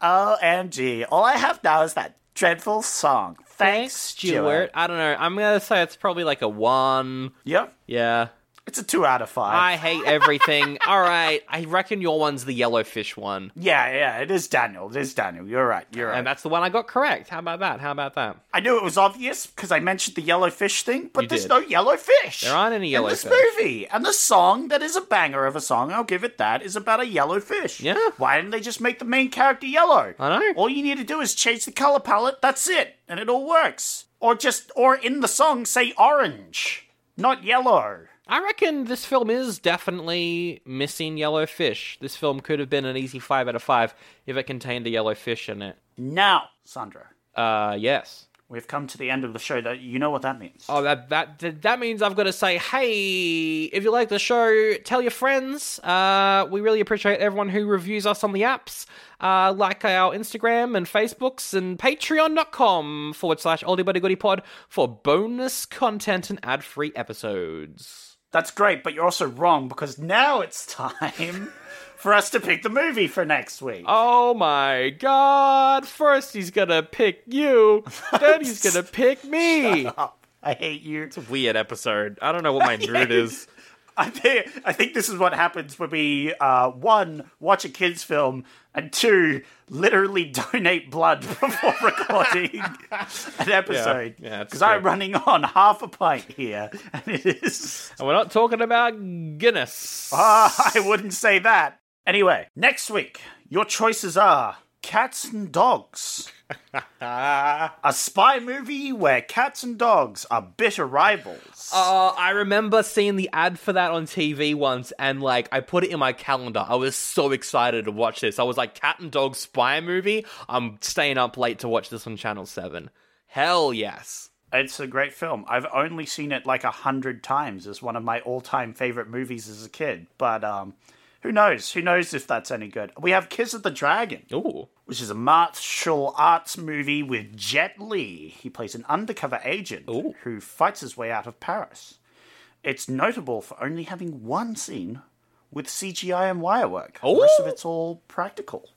OMG, all I have now is that dreadful song. Thanks, Stuart. I don't know. I'm gonna say it's probably like a one. Yep, Yeah. it's a two out of five. I hate everything. All right. I reckon your one's the yellowfish one. yeah, yeah, it is Daniel. It is Daniel. You're right. You're right. And that's the one I got correct. How about that? How about that? I knew it was obvious because I mentioned the yellow fish thing, but You there's did. no yellow fish. There aren't any in this yellow fish. movie. And the song that is a banger of a song, I'll give it that, is about a yellow fish. Yeah. Why didn't they just make the main character yellow? I know. All you need to do is change the color palette. That's it, and it all works. Or just, or in the song, say orange, not yellow. I reckon this film is definitely missing yellowfish. This film could have been an easy five out of five if it contained a yellowfish in it. Now, Sandra, Uh, yes. we've come to the end of the show. That you know what that means. Oh, that that that- that means I've got to say, hey, if you like the show, tell your friends. Uh, we really appreciate everyone who reviews us on the apps, uh, like our Instagram and Facebooks and Patreon.com forward slash Oldie Buddy Goody Pod for bonus content and ad free episodes. That's great, but you're also wrong because now it's time for us to pick the movie for next week. Oh my God! First he's gonna pick you, then he's gonna pick me. I hate you. Weird episode. I don't know what my mood is. I think, I think this is what happens when we, uh, one, watch a kids' film, and two, literally donate blood before recording an episode. yeah, that's Because I'm true. running on half a pint here, and it is. And we're not talking about Guinness. Ah, I wouldn't say that. Anyway, next week, your choices are Cats and Dogs. a spy movie where cats and dogs are bitter rivals. Uh, I remember seeing the ad for that on TV once, and like I put it in my calendar. I was so excited to watch this. I was like, "Cat and Dog spy movie." I'm staying up late to watch this on Channel Seven. Hell yes! It's a great film. I've only seen it like a hundred times. It's one of my all-time favorite movies as a kid. But um, who knows? Who knows if that's any good? We have Kiss of the Dragon, Ooh, which is a martial arts movie with Jet Li. He plays an undercover agent Ooh. who fights his way out of Paris. It's notable for only having one scene with CGI and wire work. The rest of it's all practical.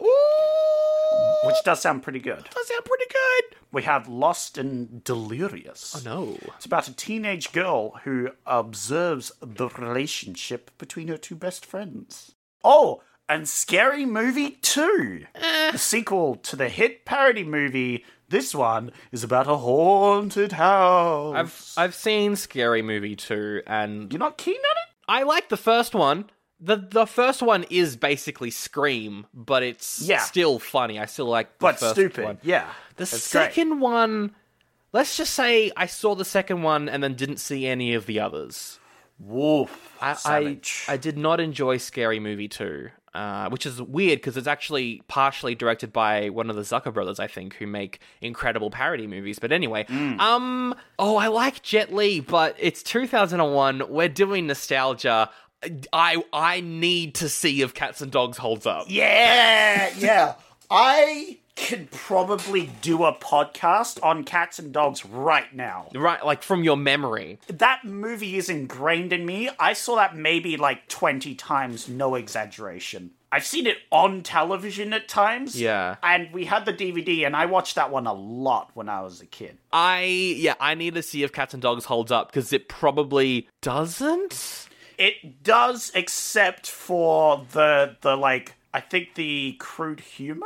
Which does sound pretty good. Does sound pretty good. We have Lost and Delirious. Oh no. It's about a teenage girl who observes the relationship between her two best friends. Oh, and Scary Movie 2, Eh. the sequel to the hit parody movie. This one is about a haunted house. I've I've seen Scary Movie 2 and You're not keen on it? I like the first one. The the first one is basically Scream, but it's Yeah. still funny. I still like the But first stupid. one. Yeah. The It's great. second one, let's just say I saw the second one and then didn't see any of the others. Woof. I I, Savage. I did not enjoy Scary Movie 2, uh, which is weird because it's actually partially directed by one of the Zucker brothers, I think, who make incredible parody movies. But anyway, Mm. um, oh, I like Jet Li, but it's 2001. We're doing nostalgia. I I need to see if Cats and Dogs holds up. Yeah, yeah. I could probably do a podcast on cats and dogs right now. Right, like from your memory. That movie is ingrained in me. I saw that maybe like 20 times, no exaggeration. I've seen it on television at times. Yeah. And we had the DVD, and I watched that one a lot when I was a kid. I yeah, I need to see if Cats and Dogs holds up because it probably doesn't. It does, except for the the like I think the crude humor.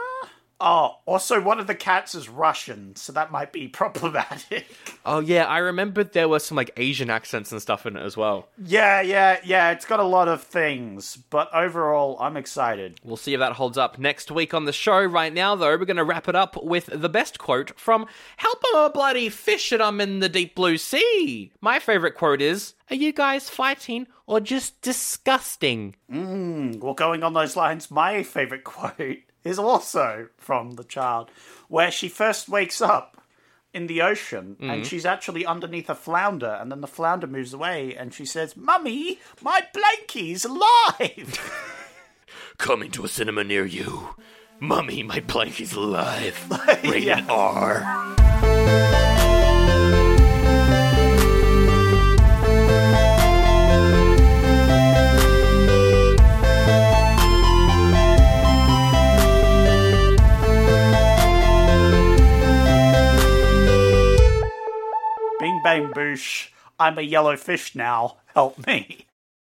Oh, also one of the cats is Russian, so that might be problematic. Oh yeah, I remember there were some like Asian accents and stuff in it as well. yeah, yeah, yeah. It's got a lot of things, but overall, I'm excited. We'll see if that holds up next week on the show. Right now, though, we're going to wrap it up with the best quote from "Help 'em a bloody fish and I'm in the deep blue sea." My favorite quote is, "Are you guys fighting or just disgusting?" Well, going on those lines, my favorite quote is also from the child, where she first wakes up in the ocean and she's actually underneath a flounder, and then the flounder moves away and she says, Mummy, my blankie's alive! Coming to a cinema near you, mummy. My plank is alive. Rated Yeah. R. Bing bang boosh, I'm a yellow fish now, help me.